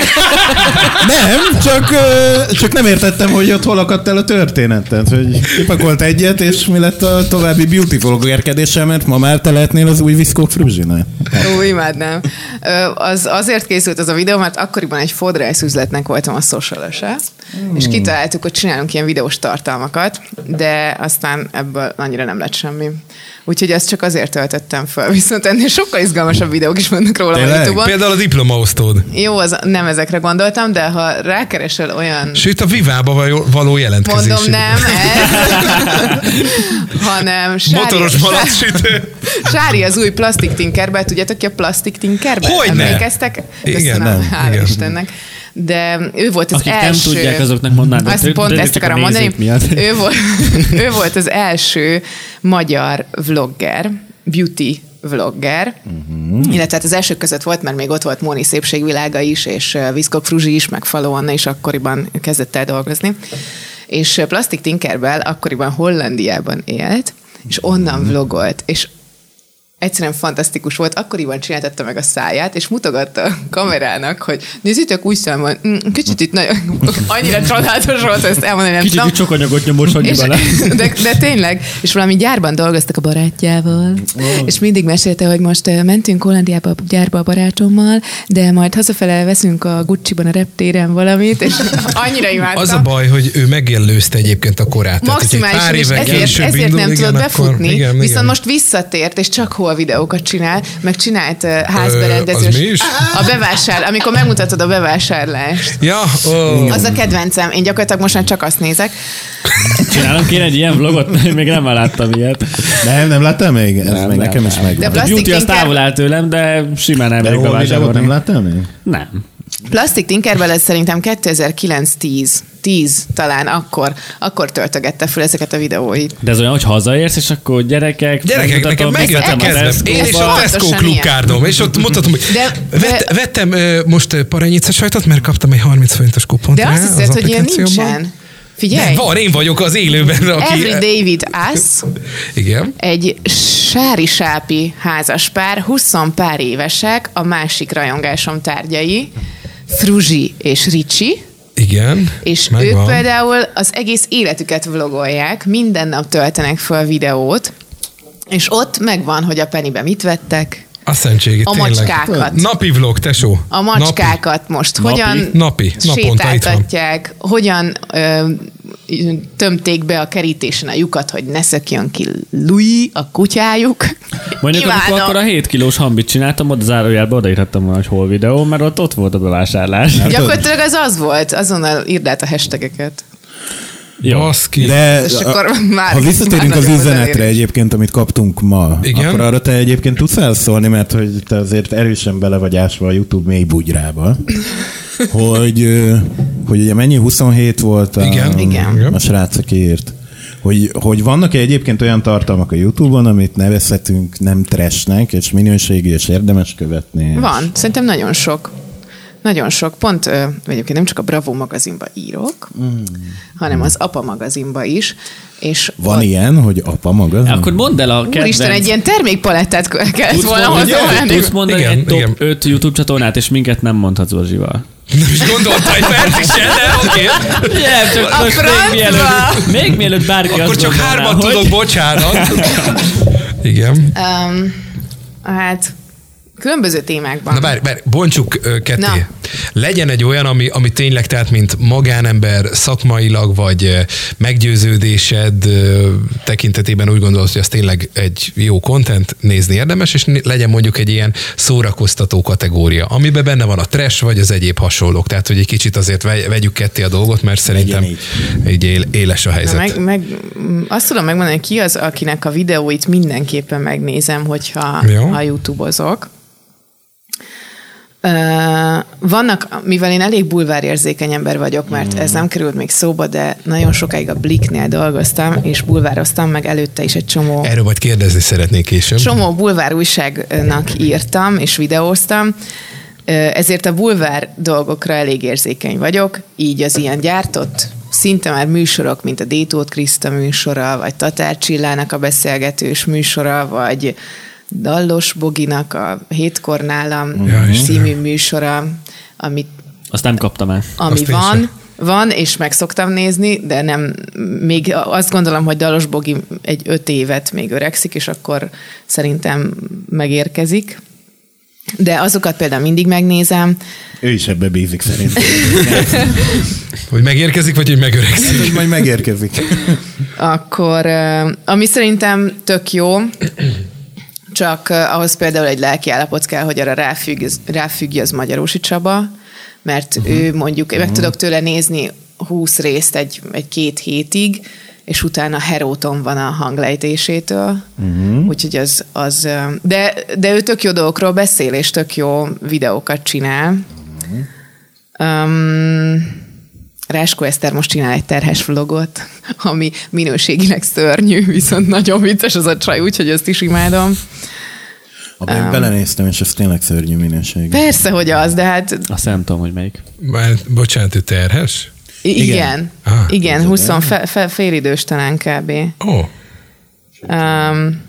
Nem, csak, ö, csak nem értettem, hogy ott hol akadt el a történet. Tehát, hogy kipakolt egyet, és mi lett a további beautiful érkedéssel, mert ma már te lehetnél az új Viszkó Fruzsinál.
Ó, imádnám. Ö, Az, azért készült az a videó, mert akkoriban egy fodrász üzletnek voltam a socialose, hmm. és kitaláltuk, hogy csinálunk ilyen videós tartalmakat, de aztán ebből annyira nem lett semmi. Úgyhogy ezt csak azért töltöttem fel, viszont ennél sokkal izgalmasabb videók is vannak róla
Tényleg?
a YouTube-on.
Például a diplomaosztód.
Jó, az, nem ezekre gondoltam, de ha rákeresel olyan
Sőt, a Vivába való- való jelentkezés.
Mondom, nem ez, hanem Sári, Hát
Motoros malacsütő.
Sári az új plastik tinkerbe, tudjátok ki a plastik tinkerbe?
Hogyne.
Emlékeztek?
Igen,
Köszönöm,
nem,
hála
igen.
Istennek. De ő volt az
Akik nem
első...
tudják, azoknak mondanád, hogy
Azt
ők-
pont
de ők
ezt
csak a
akarom
nézők
mondani.
miatt.
Ő volt, ő volt az első magyar vlogger, beauty vlogger,
Mhm.
uh-huh. illetve hát az elsők között volt, mert még ott volt Móni szépségvilága is, és uh, Viszkok Fruzsi is, meg Faló Anna is akkoriban kezdett el dolgozni. És uh, Plastic Tinkerbell akkoriban Hollandiában élt, és onnan
Mhm.
uh-huh. vlogolt, és egyszerűen fantasztikus volt. Akkoriban csináltatta meg a száját, és mutogatta a kamerának, hogy nézzétek, új szám van. Mm, Kicsit itt nagyon, annyira csodálatos volt ezt elmondani, nem
Kicsit
tudom.
egy csokanyagot nyomos, annyi
És,
bele.
de, de tényleg, és valami gyárban dolgoztak a barátjával, és mindig mesélte, hogy most ö, mentünk Hollandiába a gyárba a barátommal, de majd hazafele veszünk a Gucci-ban a reptéren valamit, és annyira imádta.
Az a baj, hogy ő megellőzte egyébként a korát. Tehát, hogyha egy
Maximálisan, és ezért,
később
ezért nem
indul,
tudott
igen, akkor-
befutni,
igen,
viszont
igen.
most visszatért, és csak hol videókat csinál, meg csinált ö,
Ö, az
házberendezős.
mi is?
A bevásárlás, amikor megmutatod a bevásárlást.
Ja, ó,
Az a kedvencem, én gyakorlatilag most már csak azt nézek.
Csinálom kéne egy ilyen vlogot, mert még nem láttam ilyet.
Nem, nem láttál még? Ez
Nem,
még
nem,
nekem is
nem.
meg.
De
A
Plastic
beauty az
Tinker-
távol áll tőlem, de simán
De
elmegyek
hol videót nem
bevásárolni.
láttál még?
Nem.
Plastic Tinkerbell ez szerintem 2009-10, 10 talán akkor, akkor töltögette föl ezeket a videóit.
De ez olyan, hogy hazaérsz, és akkor gyerekek...
Gyerekek, nekem
megmutatom,
megjött a
megvetem az
kedvem.
eszkóba.
Én is a
Pontosan
Tesco
ilyen.
klubkárdom, és ott mutatom, hogy
De- de-
vett, vettem ö, most ö, parányica sajtot, mert kaptam egy 30 forintos kupont
De
rá
azt hiszed,
Hát, az
hogy ilyen
applikációban.
nincsen.
De
Figyelj!
van, én vagyok az élőben, aki...
Every David Us,
Igen.
egy sári-sápi házaspár, 20 pár évesek, a másik rajongásom tárgyai, Fruzsi és Ricsi,
Igen.
és
megvan.
ők például az egész életüket vlogolják, minden nap töltenek föl videót, és ott megvan, hogy a penibe mit vettek,
A szentségét,
a
tényleg.
macskákat.
Napi vlog, tesó.
a macskákat most hogyan
Napi. Naponta itt van.
sétáltatják, hogyan ö, tömték be a kerítésen a lyukat, hogy ne szökjön ki Louis, a kutyájuk.
Mondjuk, amikor akkor a 7 kilós hambit csináltam, ott zárójelbe odaírhattam volna, hogy hol videó, mert ott, ott volt a bevásárlás.
Gyakorlatilag az az volt, azonnal írd át a hashtageket.
Jó.
Baszki.
De
És akkor már-
ha visszatérünk
már
az
nagyon
üzenetre
odaérünk.
egyébként, amit kaptunk ma,
Igen.
akkor arra te egyébként tudsz elszólni, mert hogy te azért erősen bele vagy ásva a YouTube mély bugyrába, hogy, ö, hogy ugye mennyi 27 volt a,
Igen. Igen.
a srác, aki írt. Hogy, hogy vannak-e egyébként olyan tartalmak a YouTube-on, amit nevezhetünk nem trashnek, és minőségi, és érdemes követni?
Van, szerintem nagyon sok. Nagyon sok. Pont ö, egyébként nem csak a Bravo magazinba írok,
Hmm.
mm. hanem az Apa magazinba is. És
Van
ott-
ilyen, hogy apa maga?
Akkor mondd el a kedvenc...
Úristen, egy ilyen termékpalettát k- kellett
Tudsz
volna
mondani,
hozzávenni.
tudsz mondani
Igen,
egy top
igen.
5 YouTube csatornát, és minket nem mondhatsz Zsozsival.
Nem is gondolta egy percig se, de oké.
Nem, csak
A
most még
francba!
mielőtt, még mielőtt bárki
Akkor
azt
csak
gondolná,
hármat
hogy...
tudok, bocsánat. Igen.
Um, hát különböző témákban.
Na bár, bár bontsuk ö, ketté.
Na.
Legyen egy olyan, ami, ami tényleg, tehát mint magánember szakmailag, vagy ö, meggyőződésed ö, tekintetében úgy gondolod, hogy az tényleg egy jó content, nézni érdemes, és né- legyen mondjuk egy ilyen szórakoztató kategória, amiben benne van a trash, vagy az egyéb hasonlók. Tehát, hogy egy kicsit azért vegy- vegyük ketté a dolgot, mert szerintem
így.
így él, éles a
Na,
helyzet.
meg, meg, m, azt tudom megmondani, ki az, akinek a videóit mindenképpen megnézem, hogyha
Jó.
ha YouTube-ozok. Ö, vannak, mivel én elég bulvárérzékeny ember vagyok, mert
Hmm.
ez nem került még szóba, de nagyon sokáig a Bliknél dolgoztam, és bulvároztam, meg előtte is egy csomó
Erről majd kérdezni szeretnék később.
csomó bulvár újságnak írtam és videóztam, Ö, ezért a bulvár dolgokra elég érzékeny vagyok, így az ilyen gyártott szinte már műsorok, mint a Détót Kriszta műsora, vagy Tatár Csillának a beszélgetős műsora, vagy Dallos Boginak a Hétkor
Ja,
nálam
Istenem.
című műsora, amit
Azt nem kaptam el.
ami
Azt én
van,
sem.
van, és meg szoktam nézni, de nem, még azt gondolom, hogy Dalos Bogi egy öt évet még öregszik, és akkor szerintem megérkezik. De azokat például mindig megnézem.
Ő is ebbe bízik szerintem.
Hogy megérkezik, vagy hogy megöregszik.
Hát, Hogy majd megérkezik.
Akkor, ö, ami szerintem tök jó, csak ö, ahhoz például egy lelki állapot kell, hogy arra ráfügg, ráfüggj az Magyarósi Csaba, mert uh-huh. ő mondjuk, meg tudok tőle nézni 20 részt egy, egy két hétig, és utána heróton van a hanglejtésétől, uh-huh. úgyhogy az, az ö, de, de ő tök jó dolgokról beszél, és tök jó videókat csinál. Um, Ráskó Eszter most csinál egy terhes vlogot, ami minőségileg szörnyű, viszont nagyon vicces az a csaj, úgyhogy ezt is imádom.
Abban um, belenéztem, és ez tényleg szörnyű minőség.
Persze, hogy az, de hát
Azt nem tudom, hogy melyik.
Már, bocsánat, ő terhes?
i- igen.
Ah,
Igen, igen 20 fe, fe, félidős talán kb.
Ó, oh,
Um,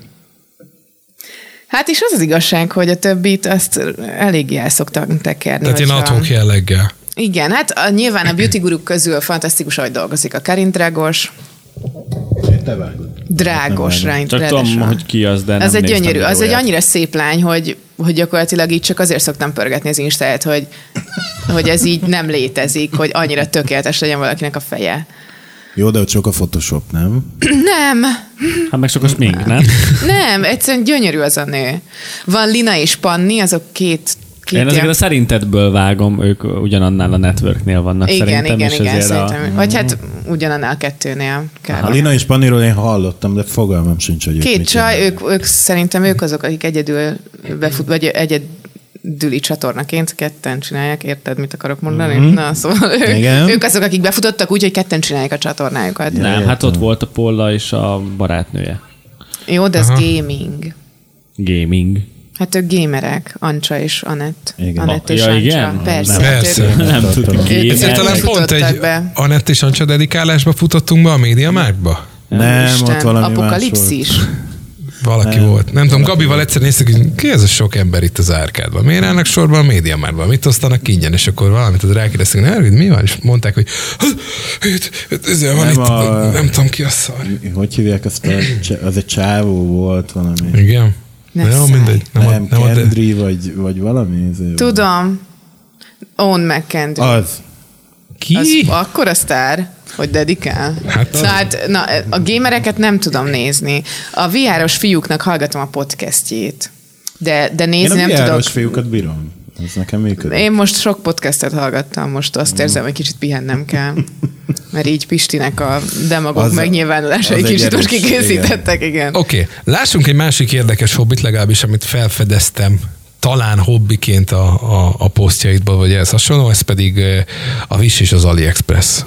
hát is az az igazság, hogy a többit azt eléggé el szoktam tekerni.
tehát én
hogyha-
adhok jelleggel.
Igen, hát a, nyilván a beauty guruk közül fantasztikus, ahogy dolgozik a Karin Drágos.
Te vágod.
Drágos
Nem
rány.
Csak tudom, hogy ki az, de nem
Az egy
néztem
gyönyörű, az egy
videóját.
annyira szép lány, hogy, hogy gyakorlatilag így csak azért szoktam pörgetni az Instáját, hogy, hogy ez így nem létezik, hogy annyira tökéletes legyen valakinek a feje.
Jó, de ott sok a Photoshop, nem?
Nem,
Hát meg sokas mink, nem?
nem, egyszerűen gyönyörű az a nő. Van Lina és Panni, azok két, két
Én ezeket
ilyen-
a szerintetből vágom, ők ugyanannál a networknél vannak
igen,
szerintem,
igen,
és
igen,
ezért a...
szerintem. A... Vagy hát ugyanannál a kettőnél.
A
Kb.
Lina és Panniról én hallottam, de fogalmam sincs, hogy ők
Két
mit
csaj, ők, ők szerintem ők azok, akik egyedül befut, vagy egyedüli csatornaként ketten csinálják, érted, mit akarok mondani? Mm-hmm. Na, szóval ők,
Mhm. Igen.
ők azok, akik befutottak úgy, hogy ketten csinálják a csatornájukat.
Nem,
Értem.
hát ott volt a Polla és a barátnője.
Jó, de ez Aha. gaming.
Gaming.
Hát ők gémerek, Ancsa és Anett.
Igen.
Anett és
Ah, Ja,
Ancsa.
igen?
Persze.
Nem.
hát
Persze.
ők-
Nem
Nem
tartom.
tudjuk.
Ezért
Ezért
gamer.
talán pont
futottak
egy
be.
Anett és Ancsa dedikálásba futottunk be a média márkba?
Nem,
Isten,
ott valami más
apokalipszis.
Valaki nem. volt. Nem tudom, Gabival egyszer néztük, hogy ki ez a sok ember itt az árkádban? Miért állnak sorban a média márban? Mit osztanak ingyen? És akkor valamit az rákérdeztünk, Nervid, mi van? És mondták, hogy "Hát, itt- itt ez van
Nem
itt,
a-
nem tudom ki a szar.
volt. Hogy hívják azt a... cse- Az egy csávó volt valami.
Igen.
Ne
Nem,
szállj.
mindegy. Nem,
Nem,
nem, nem, ad-
Kendri, vagy, vagy valami? ez-
Tudom. Owen McKendry.
Az.
Ki?
Az akkor a sztár, hogy dedikál.
Hát-
Hát, na, hát na, a gémereket nem tudom nézni. A viáros fiúknak hallgatom a podcastjét. De, de
Én
nézni
a
nem tudok.
viáros fiúkat bírom. Ez nekem működik.
Én most sok podcastet hallgattam, most azt érzem, hogy kicsit pihennem kell. Mert így Pistinek a demagok
Az-
megnyilvánulásai
az egy
kicsit most
erős,
kikészítettek, igen.
Oké, okay. lássunk egy másik érdekes hobbit legalábbis, amit felfedeztem talán hobbiként a, a, a posztjaidban, vagy ez hasonló, ez pedig ö, a Wish és az AliExpress.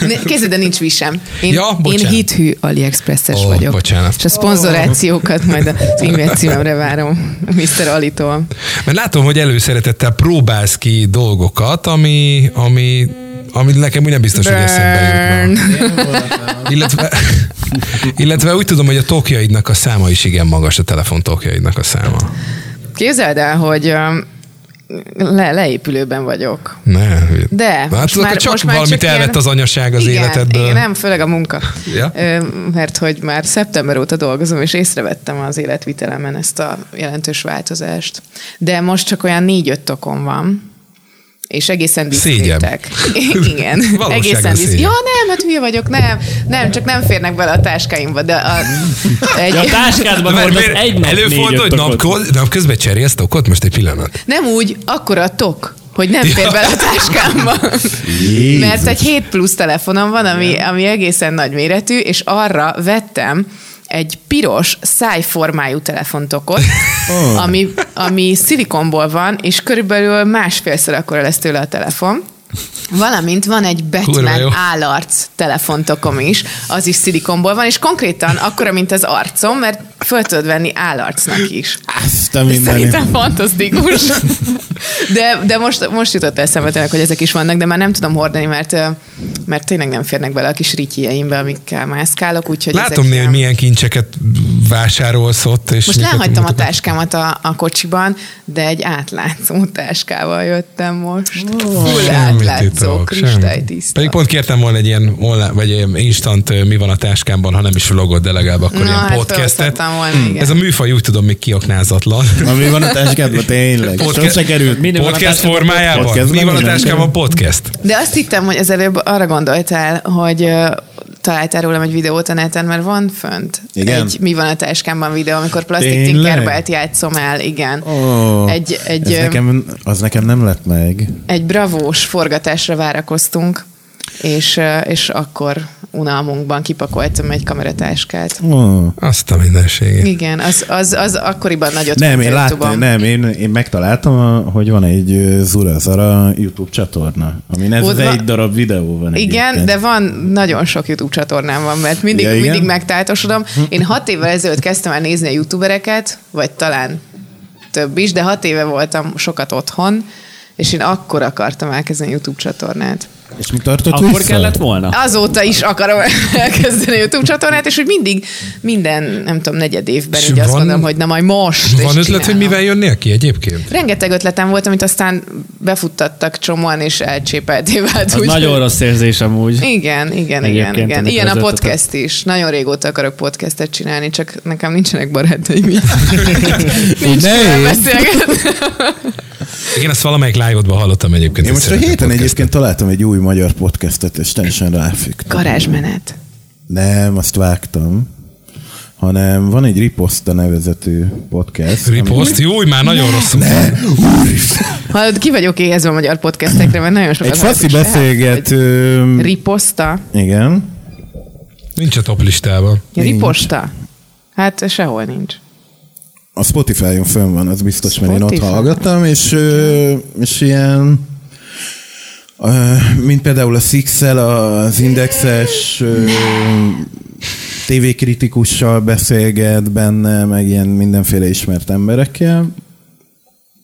Ne- Képzeld, de nincs visem. Én,
Ja,
én
bocsánat.
hithű AliExpress-es
Ó,
vagyok.
bocsánat.
És a szponzorációkat majd az e-mail címemre várom Mr. Alitól.
Mert látom, hogy előszeretettel próbálsz ki dolgokat, ami, ami, ami nekem úgy nem biztos, hogy eszembe jutna. Illetve, illetve úgy tudom, hogy a tokjaidnak a száma is igen magas, a telefon tokjaidnak a száma.
Képzeld el, hogy öm, le, leépülőben vagyok.
Ne, hülye.
De
Hát tudod, csak valamit
ilyen-
elvett az anyaság az
igen,
életedből.
Igen, nem, főleg a munka.
Ja.
Ö, Mert hogy már szeptember óta dolgozom, és észrevettem az életvitelemen ezt a jelentős változást. De most csak olyan négy-öt tokom van. És egészen
Szégyen.
diszkrétek. Igen.
Valóságos szégyen.
egészen diszkrétek. Ja, nem, hát hülye vagyok, nem. Nem, csak nem férnek bele a táskáimba, de a, egy,
Ja, a táskádban
Mert-
hordasz
mert
egy nap
Előfordul, hogy
négy-öt tokot.
napko- napközben cserélsz tokot? Most egy pillanat.
Nem úgy, akkor a tok, hogy nem fér bele a táskámba. Mert egy 7 plusz telefonom van, ami, ami egészen nagy méretű, és arra vettem egy piros szájformájú telefontokot, oh. ami, ami szilikonból van, és körülbelül másfélszer akkora lesz tőle a telefon. Valamint van egy
Kurva jó.
Batman állarc telefontokom is, az is szilikonból van, és konkrétan akkora, mint az arcom, mert föl tudod venni állarcnak is.
Azt a mindenit.
Szerintem fantasztikus. De, de most, most jutott eszembe tényleg, hogy ezek is vannak, de már nem tudom hordani, mert, ö, mert tényleg nem férnek bele a kis rityeimbe, amikkel mászkálok, úgyhogy ezek
Látom néha,
nem.
hogy milyen kincseket vásárolsz ott. És
izé Most
miket
lehagytam a
mutogat-
táskámat a, a kocsiban, de egy átlátszó táskával jöttem most. Full
Semmit
átlátszó,
titok, semmi.
kristálytiszta.
Pedig pont kértem volna egy ilyen online, vagy ilyen instant ö, mi van a táskámban, ha nem is vlogot, de legalább akkor
Na,
ilyen
hát
podcastet. Hmm.
felhozhattam volna, igen.
Ez a műfaj úgy tudom, még kiaknázatlan.
Ami van a táskádban, tényleg.
Podcast-
Podcast... se került.
Minden- Mi van a
Podcast
táskában?
formájában?
Podcast,
mi
nem
van a
nem
táskában?
tudom.
Podcast.
De azt hittem, hogy az előbb arra gondoltál, hogy ö, találtál rólam egy videót a neten, mert van fönt.
Igen?
Egy mi van a táskámban videó, amikor plastik
Tényleg?
tinkerbelt játszom el, igen.
Ó,
egy, egy,
ez
ö,
nekem, az nekem nem lett meg.
egy bravós forgatásra várakoztunk, és, ö, és akkor unalmunkban kipakoltam egy kameratáskát.
Ó.
Azt a mindenségét.
Igen, az, az, az akkoriban nagyot
Hát Nem,
ment
én
a
láttam,
YouTube-on.
nem, én, én megtaláltam, a- hogy van egy ö, Zura Zara YouTube csatorna, amin ez
Ott
az
van-
egy darab videó van.
Igen,
egyébként.
de van nagyon sok YouTube csatornám van, mert mindig,
Ja,
ja,
igen?
mindig megtáltosodom. Én hat évvel ezelőtt kezdtem el nézni a youtubereket, vagy talán több is, de hat éve voltam sokat otthon, és én akkor akartam elkezdeni YouTube csatornát.
És mi tartott
Akkor
vissza?
kellett volna?
Azóta is akarom elkezdeni a YouTube csatornát, és hogy mindig minden, nem tudom, negyed évben
És
így azt
van-
gondolom, hogy na majd most. és
Van ötlet, hogy
csinálom.
mivel jönnél ki egyébként?
Rengeteg ötletem volt, amit aztán befuttattak csomóan, és elcsépelté vált.
Az
úgy,
nagyon
hogy-
rossz érzés amúgy.
Igen, igen, igen,
Egyébként,
igen.
amikor
Ilyen a
az ötletet-
podcast is. Nagyon régóta akarok podcastet csinálni, csak nekem nincsenek barátaim így. Nincs mivel beszélgetni.
Igen, ezt valamelyik live-odban hallottam egyébként.
Én most a
hogy
héten
szeretnek
egyébként találtam egy új magyar podcastet, és teljesen ráfügtem.
Garázsmenet.
Nem, azt vágtam, hanem van egy Riposta nevezetű podcast. ami-
Riposzt, jó, már nagyon rosszul.
Hallod, ki vagyok éhezve a magyar podcastekre, mert nagyon sokat
Egy faszi
hallgatok.
beszélgető...
Riposta?
Igen.
Nincs a top listában.
Ja, riposta? Hát sehol nincs.
A Spotify-on fönn van, az biztos, mert én ott
Spotify.
hallgattam, és, ö, és ilyen, ö, mint például a Sixel, az Indexes ö, tévékritikussal beszélget benne, meg ilyen mindenféle ismert emberekkel,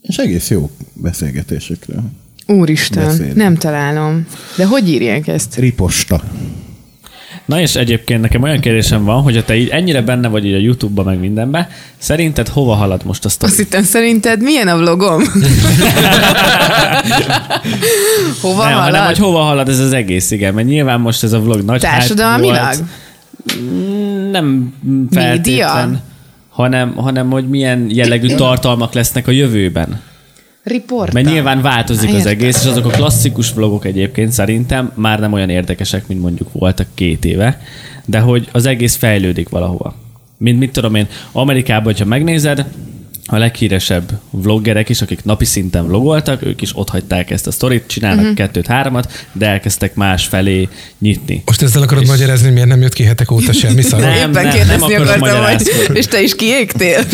és egész jó beszélgetésekre.
Úristen,
Beszélni.
nem találom. De hogy írják ezt?
Riposta.
Na és egyébként nekem olyan kérdésem van, hogy ha te így ennyire benne vagy így a YouTube-ba meg mindenbe, szerinted hova halad most a sztori?
Azt hittem, szerinted milyen a vlogom? Hova
Nem, hanem, hogy
halad?
hova halad ez az egész, igen, mert nyilván most ez a vlog nagy hype
Társadalmilag?
volt. Mm, Nem feltétlen,
Média?
hanem, hanem hogy milyen jellegű tartalmak lesznek a jövőben.
Riporta?
Mert nyilván változik
Á,
az
értem.
egész, és azok a klasszikus vlogok egyébként szerintem már nem olyan érdekesek, mint mondjuk voltak két éve, de hogy az egész fejlődik valahova. Mint mit tudom én, Amerikában, hogyha megnézed, a leghíresebb vloggerek is, akik napi szinten vlogoltak, ők is ott hagyták ezt a sztorit, csinálnak uh-huh. kettőt, háromat, de elkezdtek más felé nyitni.
Most ezzel akarod magyarázni, hogy miért nem jött ki hetek óta semmi szar.
Nem,
Szóval Éppen
nem, nem
kérdezni
akarom
akartam, hogy
magyarázni.
és te is kiégtél?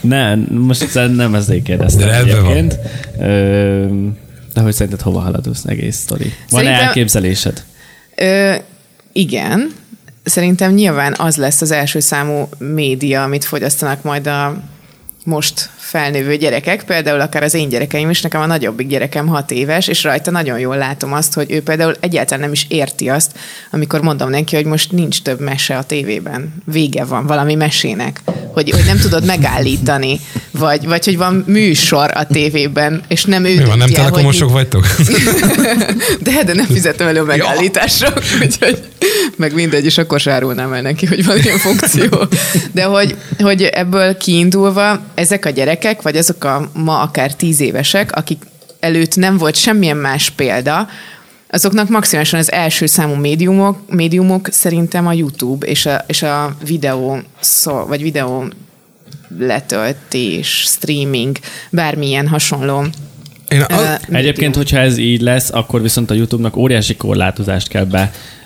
Ne, most szerintem nem ezért kérdeztem
De rendben van.
egyébként. Ö, de hogy szerinted hova halad az egész sztori? Van-e
Szerintem-
elképzelésed?
Ö, igen. Szerintem nyilván az lesz az első számú média, amit fogyasztanak majd a most felnővő gyerekek, például akár az én gyerekeim is, nekem a nagyobbik gyerekem hat éves, és rajta nagyon jól látom azt, hogy ő például egyáltalán nem is érti azt, amikor mondom neki, hogy most nincs több mese a tévében. Vége van valami mesének, hogy, hogy nem tudod megállítani, vagy, vagy hogy van műsor a tévében, és nem ő
Mi van, nem
dönti el, hogy mit
telekomosok vagytok?
de, de nem fizetem elő a megállításra, úgyhogy meg mindegy, és akkor se árulnám el neki, hogy van ilyen funkció. De hogy, hogy ebből kiindulva ezek a gyerekek, vagy azok a ma akár tíz évesek, akik előtt nem volt semmilyen más példa, azoknak maximálisan az első számú médiumok, médiumok szerintem a YouTube és a, és a videó, szó, vagy videó letöltés, streaming, bármilyen hasonló
Én a,
ö,
Egyébként, hogyha ez így lesz, akkor viszont a YouTube-nak óriási korlátozást kell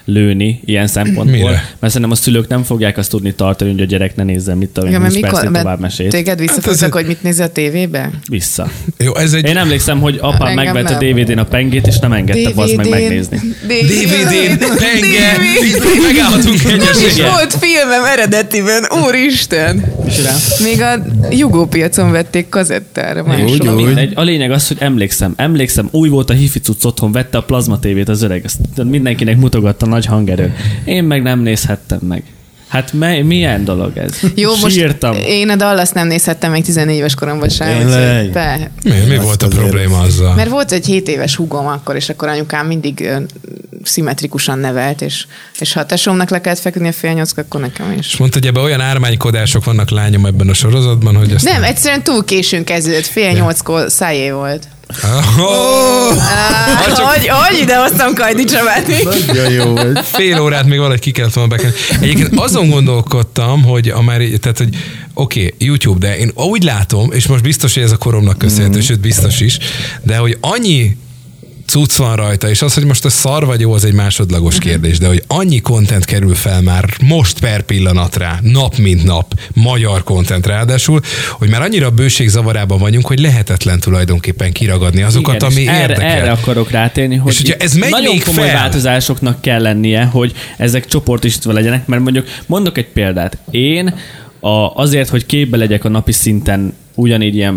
belőni ilyen szempontból.
Mire?
Mert szerintem a szülők nem fogják azt tudni tartani, hogy a gyerek ne nézzen, mit tudom én,
Igen, mert
20 percig
mikor,
tovább
mert
mesét.
téged visszafogtak,
ez-
hát hogy mit nézi a tévébe?
Vissza.
jó, ez egy...
Én emlékszem, hogy apám
Engem
megvett a
nem.
DVD-n a pengét, és nem engedte az meg megnézni.
DVD-n, penge,
DVD-n.
így megállhatunk
Nem is
egyességet.
volt filmem eredetiben, úristen! Még a jugópiacon vették kazettára
Na
másolat.
mindegy, a lényeg az, hogy emlékszem. Emlékszem, új volt a hifi cucc otthon, vette a plazma tévét az öreg, azt mindenkinek mutogatta nagy hangerő. Én meg nem nézhettem meg. Hát mely, milyen dolog ez?
Jó, most
Sírtam.
én a Dallas nem nézhettem még 14 éves koromban sem.
Tényleg?
úgyhogy be-
Mi, mi
Azt
volt a
azért-
probléma azzal?
Mert volt egy 7 éves húgom akkor, és akkor anyukám mindig ö, szimmetrikusan nevelt, és, és ha a tesómnak le kellett feküdni a fél nyolckor, akkor nekem is.
És mondta, hogy ebben olyan ármánykodások vannak lányom ebben a sorozatban, hogy azt...
Nem, egyszerűen túl későn kezdődött, fél nyolckor szájé volt.
Oh,
Á, hogy, hogy ide hoztam Kajdi Csabát?
Nagyon jó vagy.
fél órát még valahogy ki kellett volna bekenni. Egyébként azon gondolkodtam, hogy a már, így- tehát, hogy oké, okay, YouTube, de én úgy látom, és most biztos, hogy ez a koromnak
Mhm.
köszönhető, mm. sőt biztos is, de hogy annyi cucc van rajta, és az, hogy most a szar vagy jó, az egy
Mhm.
másodlagos kérdés, de hogy annyi kontent kerül fel már most per pillanat rá, nap mint nap, magyar kontent ráadásul, hogy már annyira a bőség zavarában vagyunk, hogy lehetetlen tulajdonképpen kiragadni azokat,
Igen,
ami
és erre,
érdekel.
erre akarok rátérni, hogy
És hogyha
itt
ez megy
nagyon
még
komoly
fel-
változásoknak kell lennie, hogy ezek csoportosítva legyenek, mert mondjuk mondok egy példát. Én a, azért, hogy képbe legyek a napi szinten ugyanígy ilyen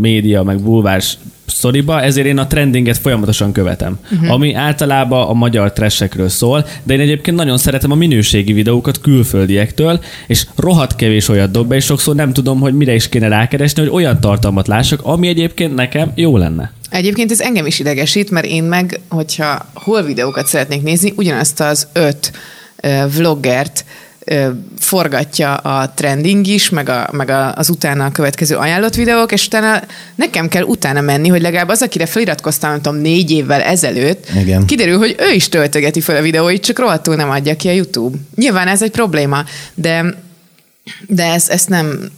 média, meg bulvárs sztoriba, ezért én a trendinget folyamatosan követem. Uh-huh. Ami általában a magyar tresekről szól, de én egyébként nagyon szeretem a minőségi videókat külföldiektől, és rohadt kevés olyat dob be, és sokszor nem tudom, hogy mire is kéne rákeresni, hogy olyan tartalmat lássak, ami egyébként nekem jó lenne.
Egyébként ez engem is idegesít, mert én meg, hogyha hol videókat szeretnék nézni, ugyanazt az öt ö, vloggert ö, forgatja a trending is, meg, a, meg a, az utána a következő ajánlott videók, és utána nekem kell utána menni, hogy legalább az, akire feliratkoztam, nem tudom, négy évvel ezelőtt,
Igen.
kiderül, hogy ő is töltögeti fel a videóit, csak rohadtul nem adja ki a YouTube. Nyilván ez egy probléma, de, de ezt, ezt nem,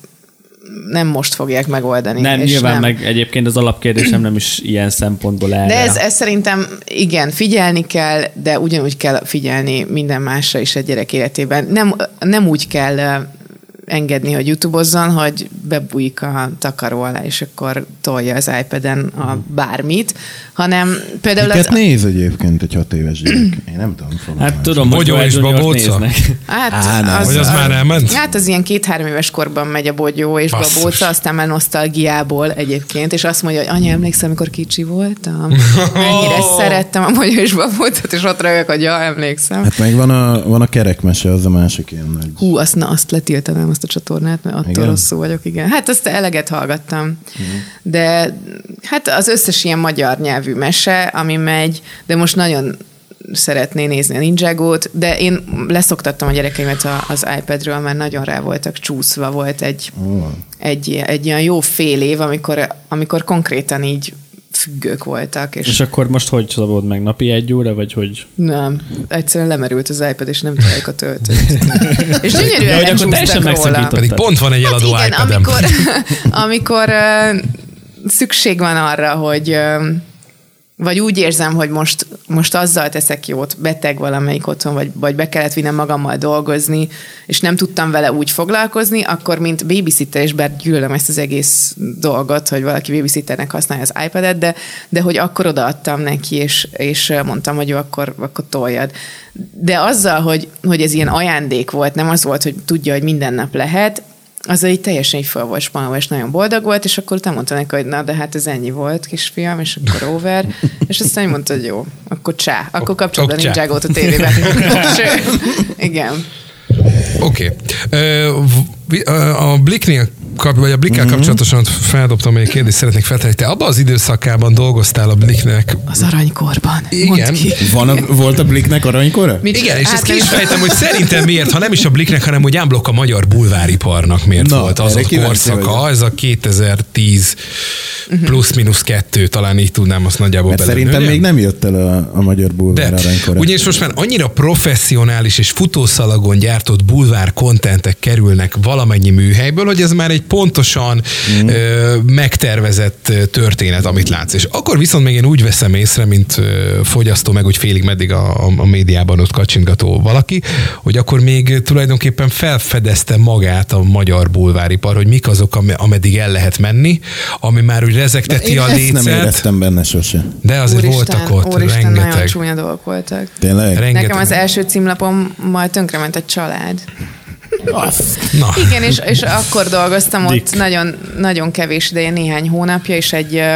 nem most fogják megoldani.
Nem,
és
nyilván
nem.
meg egyébként az alapkérdésem nem is ilyen szempontból erre.
De ez, ez szerintem igen, figyelni kell, de ugyanúgy kell figyelni minden másra is a gyerek életében. Nem, nem úgy kell ö, engedni, hogy youtubozzon, hogy bebújik a takaró alá, és akkor tolja az iPad-en a
Hmm.
bármit, hanem például
Miket
az...
néz egyébként egy hat éves gyerek? Én nem tudom. fogalmam
Hát
sincs.
tudom, hogy
Bogyó
Bogyó
és
és
Babóca?
néznek.
Hát,
Á, nem.
Hogy az már elment?
Hát az ilyen két-három éves korban megy a bogyó és
Basszus.
babóca, aztán már nosztalgiából egyébként, és azt mondja, hogy anya, emlékszem, amikor kicsi voltam? Mennyire szerettem a bogyó és babócot, és ott rögök, hogy ja, emlékszem.
Hát meg van a, van a kerekmese, az a másik ilyen nagy.
Hú, azt, na, azt letiltanám, azt a csatornát, mert attól igen.
Igen?
rosszul vagyok, igen. Hát azt eleget hallgattam. Uh-huh. De hát az összes ilyen magyar nyelvű mese, ami megy, de most nagyon szeretné nézni a Ninjago-t, de én leszoktattam a gyerekeimet a- az iPadről, mert nagyon rá voltak csúszva, volt egy, uh. egy, egy olyan jó fél év, amikor, amikor konkrétan így függők voltak, és,
És akkor most hogy szabod meg? Napi egy óra, vagy hogy?
nem, egyszerűen lemerült az iPad, és nem találjuk a töltőt. és
Ja,
gyönyörűen
hogy akkor
lecsúsztak
teljesen
róla.
megszakított.
Pedig
Tehát-
pont van egy eladó
Hát igen,
iPad-em.
amikor, amikor ö, szükség van arra, hogy ö, vagy úgy érzem, hogy most, most azzal teszek jót, beteg valamelyik otthon, vagy, vagy be kellett vinnem magammal dolgozni, és nem tudtam vele úgy foglalkozni, akkor mint babysitter, és bár gyűlölöm ezt az egész dolgot, hogy valaki babysitternek használja az iPad-et, de, de hogy akkor odaadtam neki, és, és mondtam, hogy jó, akkor, akkor toljad. De azzal, hogy, hogy ez ilyen ajándék volt, nem az volt, hogy tudja, hogy minden nap lehet, az így teljesen így fel volt spanolva, és nagyon boldog volt, és akkor utána mondta neki, hogy na, de hát ez ennyi volt, kisfiam, és akkor over, és aztán így mondta, hogy jó, akkor csá, akkor kapcsolod a
Csak csá.
Ninjago-t a tévébe. Sőt, igen.
Oké. Ö, v- ö, A Bliknél kap, vagy a Blikkel
Mhm.
kapcsolatosan ott feldobtam egy kérdést, szeretnék feltenni. Te abban az időszakában dolgoztál a Bliknek.
Az aranykorban.
Igen.
Mondd ki.
Van a, volt a Bliknek aranykora?
Mit-
Igen, és ezt
hát
ki is
nem-
fejtem, hogy szerintem miért, ha nem is a Bliknek, hanem úgy ámblok a magyar bulváriparnak miért
Na,
volt az
erre
a
kíváncsi
korszaka,
vagyok.
ez a 2010 plusz-minusz kettő, talán így tudnám azt nagyjából
Mert Hát szerintem
belőlőni.
még nem jött el a, a magyar bulvár
De,
aranykora.
ugyanis most már annyira professzionális és futószalagon gyártott bulvár kontentek kerülnek valamennyi műhelyből, hogy ez már egy pontosan
Mhm.
mm. ö, megtervezett ö, történet, amit látsz. És akkor viszont még én úgy veszem észre, mint ö, fogyasztó, meg úgy félig meddig a, a, a médiában ott kacsingató valaki, hogy akkor még tulajdonképpen felfedezte magát a magyar bulváripar, hogy mik azok, am- ameddig el lehet menni, ami már úgy rezegteti
Én
a
ezt nem
lécet,
éreztem benne sose.
de azért voltak ott
úristen, nagyon
rengeteg.
csúnya dolgok voltak.
Tényleg?
Rengeteg.
Nekem az első címlapommal tönkrement a család.
Na.
Igen, és, és akkor dolgoztam ott nagyon, nagyon kevés ideje, néhány hónapja, és egy, ö,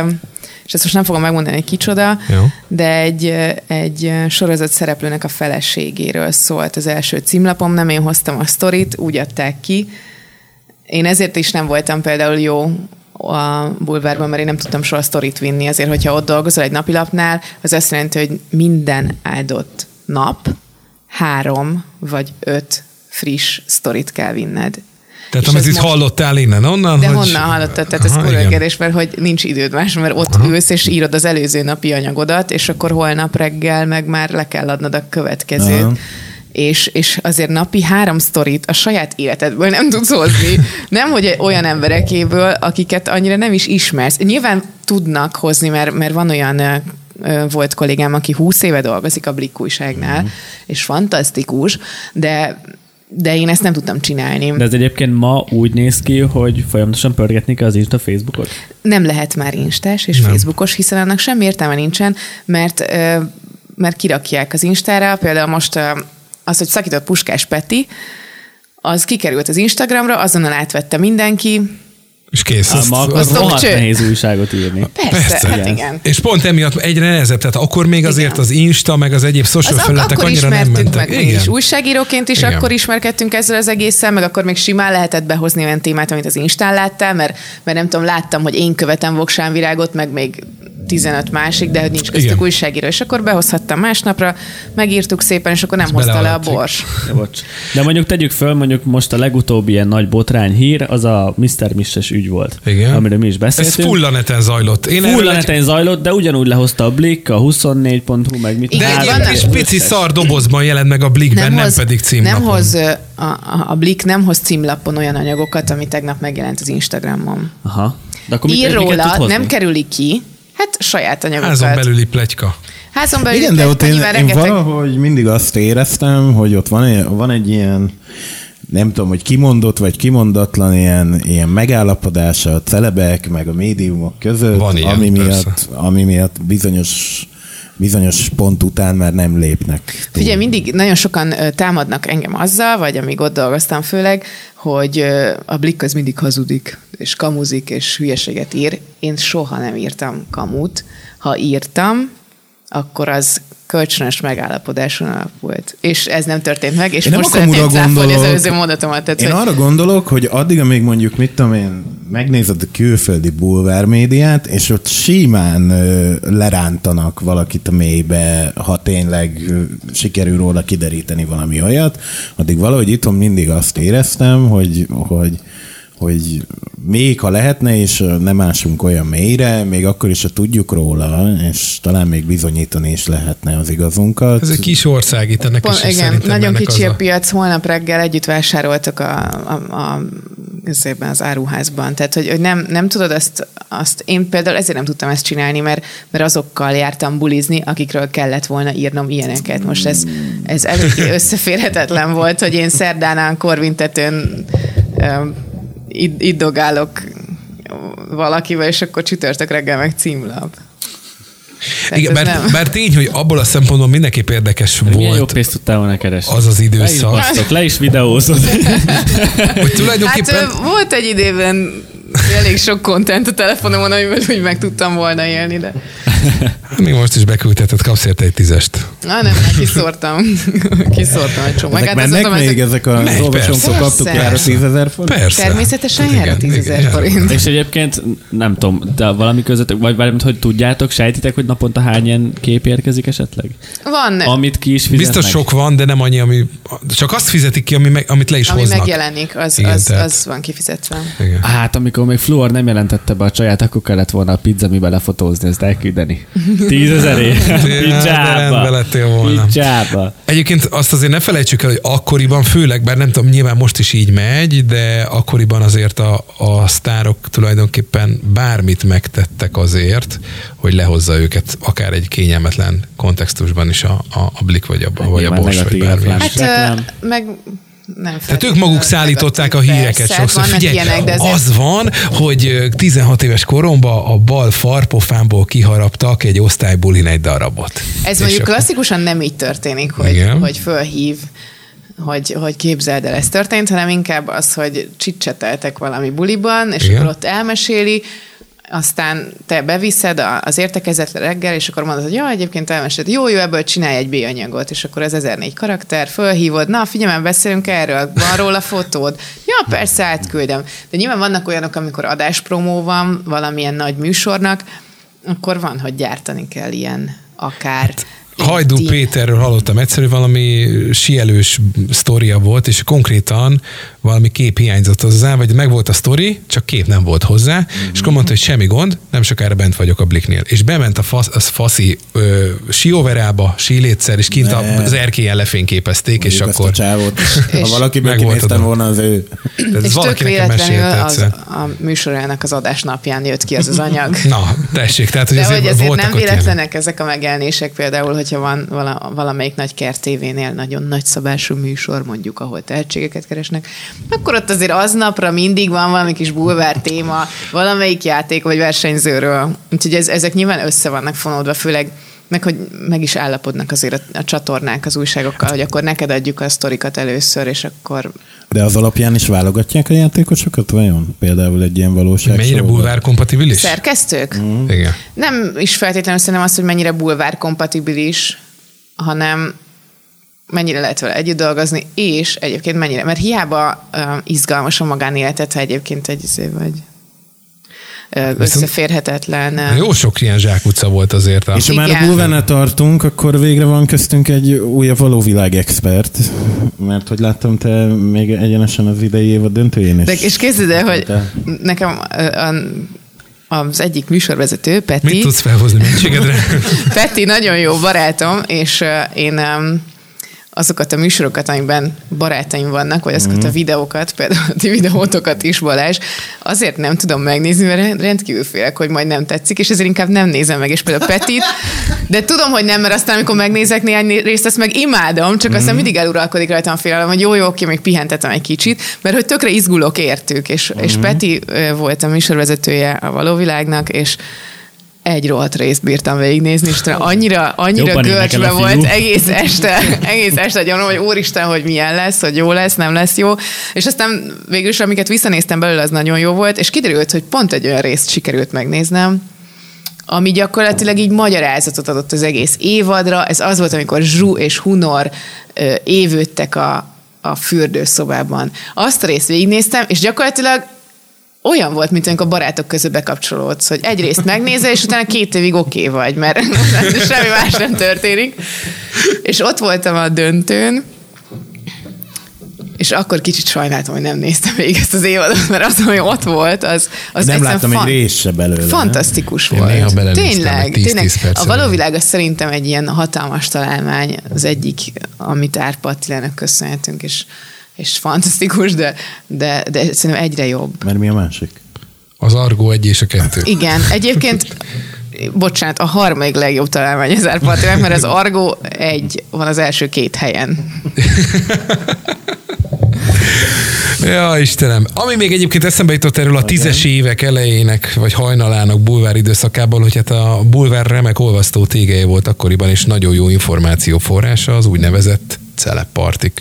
és ezt most nem fogom megmondani, hogy kicsoda,
Jó.
de egy, ö, egy ö, sorozat szereplőnek a feleségéről szólt az első címlapom, nem én hoztam a sztorit, úgy adták ki. Én ezért is nem voltam például jó a bulvárban, mert én nem tudtam soha sztorit vinni, azért, hogyha ott dolgozol egy napilapnál, az azt jelenti, hogy minden áldott nap három vagy öt friss sztorit kell vinned.
Tehát
És
amit
ez
itt
most-
hallottál innen, onnan?
De
hogy-
honnan hallottad? Tehát ez
Aha,
kurva
igen.
kérdés, mert hogy nincs időd más, mert ott ülsz és írod az előző napi anyagodat, és akkor holnap reggel meg már le kell adnod a következőt.
Aha.
És, és azért napi három sztorit a saját életedből nem tudsz hozni. Nem, hogy olyan emberekéből, akiket annyira nem is ismersz. Nyilván tudnak hozni, mert, mert van olyan ö, ö, volt kollégám, aki 20 éve dolgozik a Blik újságnál,
Mhm.
és fantasztikus, de, de én ezt nem tudtam csinálni.
De ez egyébként ma úgy néz ki, hogy folyamatosan pörgetni kell az Insta Facebookot.
nem lehet már instás és nem. facebookos, hiszen annak semmi értelme nincsen, mert, ö, mert kirakják az instára, például most ö, az, hogy szakított Puskás Peti, az kikerült az Instagramra, azonnal átvette mindenki,
És kész.
Ám
Azt-
akkor
azt-
azt-
rohadt
cső.
nehéz újságot írni.
Persze,
Persze.
Persze. hát
Igen.
igen.
És pont emiatt egyre nehezebb, tehát akkor még azért
Igen.
az Insta, meg az egyéb social
Az ak-
felületek
akkor
annyira nem
ismertünk
mentek.
meg mi is újságíróként is,
Igen.
Igen. akkor ismerkedtünk ezzel az egészen, meg akkor még simán lehetett behozni olyan témát, amit az Instán láttál, mert, mert nem tudom, láttam, hogy én követem Voksán Virágot, meg még 15 másik, de hogy nincs köztük
Igen.
Igen. újságíró, és akkor behozhattam másnapra, megírtuk szépen, és akkor nem hozta le a
belealadtuk.
bors.
De bocs. De mondjuk tegyük föl, mondjuk most a legutóbbi ilyen nagy botrány hír, az a Mr. Misses ügy volt,
Igen.
amiről mi is
Ez
beszéltünk.
full a neten zajlott. Én erről
Full
egy-
a neten zajlott, de ugyanúgy lehozta a Blick, a 24.hu, meg mit.
Igen,
De
Hát,
egy ilyen
vannak-
kis
összes.
pici szar dobozban jelent meg a Blikben, nem,
hoz-
pedig címlapon.
nem hoz, ö, a, a, a Blik nem hoz címlapon olyan anyagokat, ami tegnap megjelent az Instagramon.
Aha. De akkor mit,
Ír
miket tud
róla,
hozni?
nem kerüli ki, hát saját anyagokat.
Házon belüli pletyka.
Házon belül
Igen, de ott én,
nyilván
én
rengeteg-
valahogy mindig azt éreztem, hogy ott van, egy- van egy ilyen, nem tudom, hogy kimondott vagy kimondatlan ilyen, ilyen megállapodása a celebek meg a médiumok között,
Van ilyen,
ami, miatt,
persze.
ami miatt bizonyos bizonyos pont után már nem lépnek. túl.
Figyelj, mindig nagyon sokan ö, támadnak engem azzal, vagy amíg ott dolgoztam főleg, hogy ö, a blikk az mindig hazudik, és kamuzik, és hülyeséget ír. Én soha nem írtam kamut. Ha írtam, akkor az kölcsönös megállapodáson alapult. És ez nem történt meg, és
Én nem
most
a kamura
szeretném cáfolni az
gondolok.
előző mondatomat. Tehát,
Én
hogy
arra gondolok, hogy addig, amíg mondjuk, mit tudom én, megnézed a külföldi bulvármédiát, és ott simán ö, lerántanak valakit a mélybe, ha tényleg ö, sikerül róla kideríteni valami olyat, addig valahogy itthon mindig azt éreztem, hogy, hogy hogy még ha lehetne, és ö, nem ásunk olyan mélyre, még akkor is, ha tudjuk róla, és talán még bizonyítani is lehetne az igazunkat.
Ez egy kis ország itt ennek
Pont,
is, és
igen,
szerintem
nagyon
ennek
kicsi
az
a piac, holnap reggel együtt vásároltak a, a, a ezében az áruházban. Tehát, hogy, hogy nem, nem tudod azt, azt, én például ezért nem tudtam ezt csinálni, mert, mert azokkal jártam bulizni, akikről kellett volna írnom ilyeneket. Most ez, ez elég összeférhetetlen volt, hogy én szerdánán korvintetőn öm, itt, itt dogálok valakivel, és akkor csütörtök reggel meg címlap. Tehát
Igen,
ez
bár, bár tény, hogy abból a szempontból mindenképp érdekes
Milyen jó
volt
pénzt tudtál volna keresni?
az az
le is
időszak.
basztok, le is videózod.
Hogy
Hát
tulajdonképpen
ö, volt egy idében elég sok kontent a telefonomon, amivel úgy meg tudtam volna élni, de
még most is beküldheted, kapsz érte egy tízest.
na nem, már kiszórtam. kiszórtam egy csomó. hát
Ezek mennek még ezek a
Megy,
olvasónktól
persze.
kaptuk
Persze.
jár a 10 ezer forint?
Persze.
Természetesen jár a
Igen,
10 ezer
igen,
forint.
És egyébként nem tudom, de valami között, vagy valamit, hogy tudjátok, sejtitek, hogy naponta hány ilyen kép érkezik esetleg?
Van,
Amit ki is fizetnek?
Biztos sok van, de nem annyi, ami... Csak azt fizetik ki, ami meg, amit le is
ami
hoznak.
megjelenik, az,
Igen,
az,
tehát-
az van kifizetve.
Igen.
Hát, amikor még Fluor nem jelentette be a csaját, akkor kellett volna a pizza mibe lefotózni, ezt elküldeni. Tízezerért.
de rendbe
Picsába.
lettél volna.
Picsába.
Egyébként azt azért ne felejtsük el, hogy akkoriban főleg, bár nem tudom, nyilván most is így megy, de akkoriban azért a, a sztárok tulajdonképpen bármit megtettek azért, hogy lehozza őket akár egy kényelmetlen kontextusban is a, a, a blik vagy a, vagy a
Nyilván
bors, vagy
negatív
bármi.
reklám.
is.
Hát ö,
Reklám.
meg nem
Tehát ők maguk szállították a híreket
Persze, hát
sokszor.
Vannak
Figyelj,
ilyenek, de azért
az van, hogy ö, 16 éves koromban a bal farpofámból kiharaptak egy osztálybulin egy darabot.
Ez
És
mondjuk
akkor-
klasszikusan nem így történik, hogy,
Igen.
hogy fölhív, hogy, hogy képzeld el, ez történt, hanem inkább az, hogy csicseteltek valami buliban, és
Igen.
Igen. akkor ott elmeséli, aztán te beviszed a- az értekezetre reggel, és akkor mondod, hogy ja, egyébként elmesélt, jó, jó, ebből csinálj egy B-anyagot, és akkor ez 1004 karakter, fölhívod, na figyelj, már beszélünk erről, van róla fotód, ja, persze, átküldöm. De nyilván vannak olyanok, amikor adáspromó van valamilyen nagy műsornak, akkor van, hogy gyártani kell ilyen akár.
Hát, Hajdú
LinkedIn.
Péterről hallottam egyszerű, valami sielős sztoria volt, és konkrétan valami kép hiányzott hozzá, vagy meg volt a sztori, csak kép nem volt hozzá, mm-hmm. és akkor mondta, hogy semmi gond, nem sokára bent vagyok a bliknél. És bement a, fasz, az faszi ö, sióverába, sílétszer, és kint ne.
Ne.
az erkélyen lefényképezték, és
Mondjuk
akkor...
Ezt a csávót,
És-
ha valaki
Meg volt
megnéztem
adva.
volna az ő...
Ez
És tök véletlenül
mesélte
az,
egyszer.
a műsorának az adásnapján jött ki az az anyag.
Na, tessék, tehát hogy
De
azért,
hogy ezért
voltak
nem
ott ilyenek.
véletlenek ezek a megjelenések, például, hogyha van vala, valamelyik nagy kertévénél nagyon nagy szabású műsor, mondjuk, ahol tehetségeket keresnek, akkor ott azért aznapra mindig van valami kis bulvár téma, valamelyik játék vagy versenyzőről. Úgyhogy ez, ezek nyilván össze vannak fonódva, főleg meg hogy meg is állapodnak azért a, a csatornák az
Hát
újságokkal, hogy akkor neked adjuk a sztorikat először, és akkor
De az alapján is válogatják a játékosokat vajon? Például egy ilyen valóság. szóval.
Mennyire
showban?
bulvár kompatibilis?
szerkesztők? Mm.
Igen.
Nem is feltétlenül szerintem az, hogy mennyire bulvár kompatibilis, hanem mennyire lehet vele együtt dolgozni, és egyébként mennyire, mert hiába uh, izgalmas a magánéletet, ha egyébként egy izé vagy ö, összeférhetetlen. ö,
Jó sok ilyen zsákutca volt azért. A...
És ha már
Igen.
a Bulvene tartunk, akkor végre van köztünk egy újabb valóvilág expert, mert hogy láttam te még egyenesen az idei év a döntőjén is.
De, és képzeld el, hogy nekem ö, a, az egyik műsorvezető, Peti,
Mit tudsz felhozni mentségedre?
Peti nagyon jó barátom, és ö, én öm, azokat a műsorokat, amiben barátaim vannak, vagy azokat a videókat, például a ti videótokat is, Balázs, azért nem tudom megnézni, mert rendkívül félek, hogy majd nem tetszik, és ezért inkább nem nézem meg, és például Petit, de tudom, hogy nem, mert aztán, amikor megnézek néhány né- részt, azt meg imádom, csak aztán mindig eluralkodik rajtam a félelem, hogy jó, jó, oké, még pihentetem egy kicsit, mert hogy tökre izgulok értük, és, és Peti ö, volt a műsorvezetője a valóvilágnak, és egy rohadt részt bírtam végignézni, és talán annyira, annyira
Jobban énekel
görcsbe
a fiú.
volt egész este, egész este gyanom, hogy úristen, hogy milyen lesz, hogy jó lesz, nem lesz jó. És aztán végül is, amiket visszanéztem belőle, az nagyon jó volt, és kiderült, hogy pont egy olyan részt sikerült megnéznem, ami gyakorlatilag így magyarázatot adott az egész évadra. Ez az volt, amikor Zsú és Hunor ö, évődtek a, a fürdőszobában. Azt a részt végignéztem, és gyakorlatilag olyan volt, mint amikor barátok közül bekapcsolódsz, hogy egyrészt megnézel, és utána két évig oké okay vagy, mert semmi más nem történik. És ott voltam a döntőn, és akkor kicsit sajnáltam, hogy nem néztem végig ezt az évadot, mert az, ami ott volt, az, az
nem
egyszerűen
láttam
fan-
egy rész se belőle.
Fantasztikus
Én
volt.
néha belenéztem
tényleg,
egy 10-10
tényleg.
percre.
A való világ az szerintem egy ilyen hatalmas találmány, az egyik, amit Árpa Attilának köszönhetünk, és, és fantasztikus, de, de, de szerintem egyre jobb.
Nem? Mert mi a másik?
Az Argó egy és a kettő.
Igen, egyébként bocsánat, a harmadik legjobb találmány az Árpa Attilának, mert az Argo egy van az első két helyen.
Ja, Istenem. Ami még egyébként eszembe jutott erről a tízes évek elejének, vagy hajnalának bulvár időszakából, hogy hát a bulvár remek olvasztó tégeje volt akkoriban, és nagyon jó információ forrása az úgynevezett celeppartik.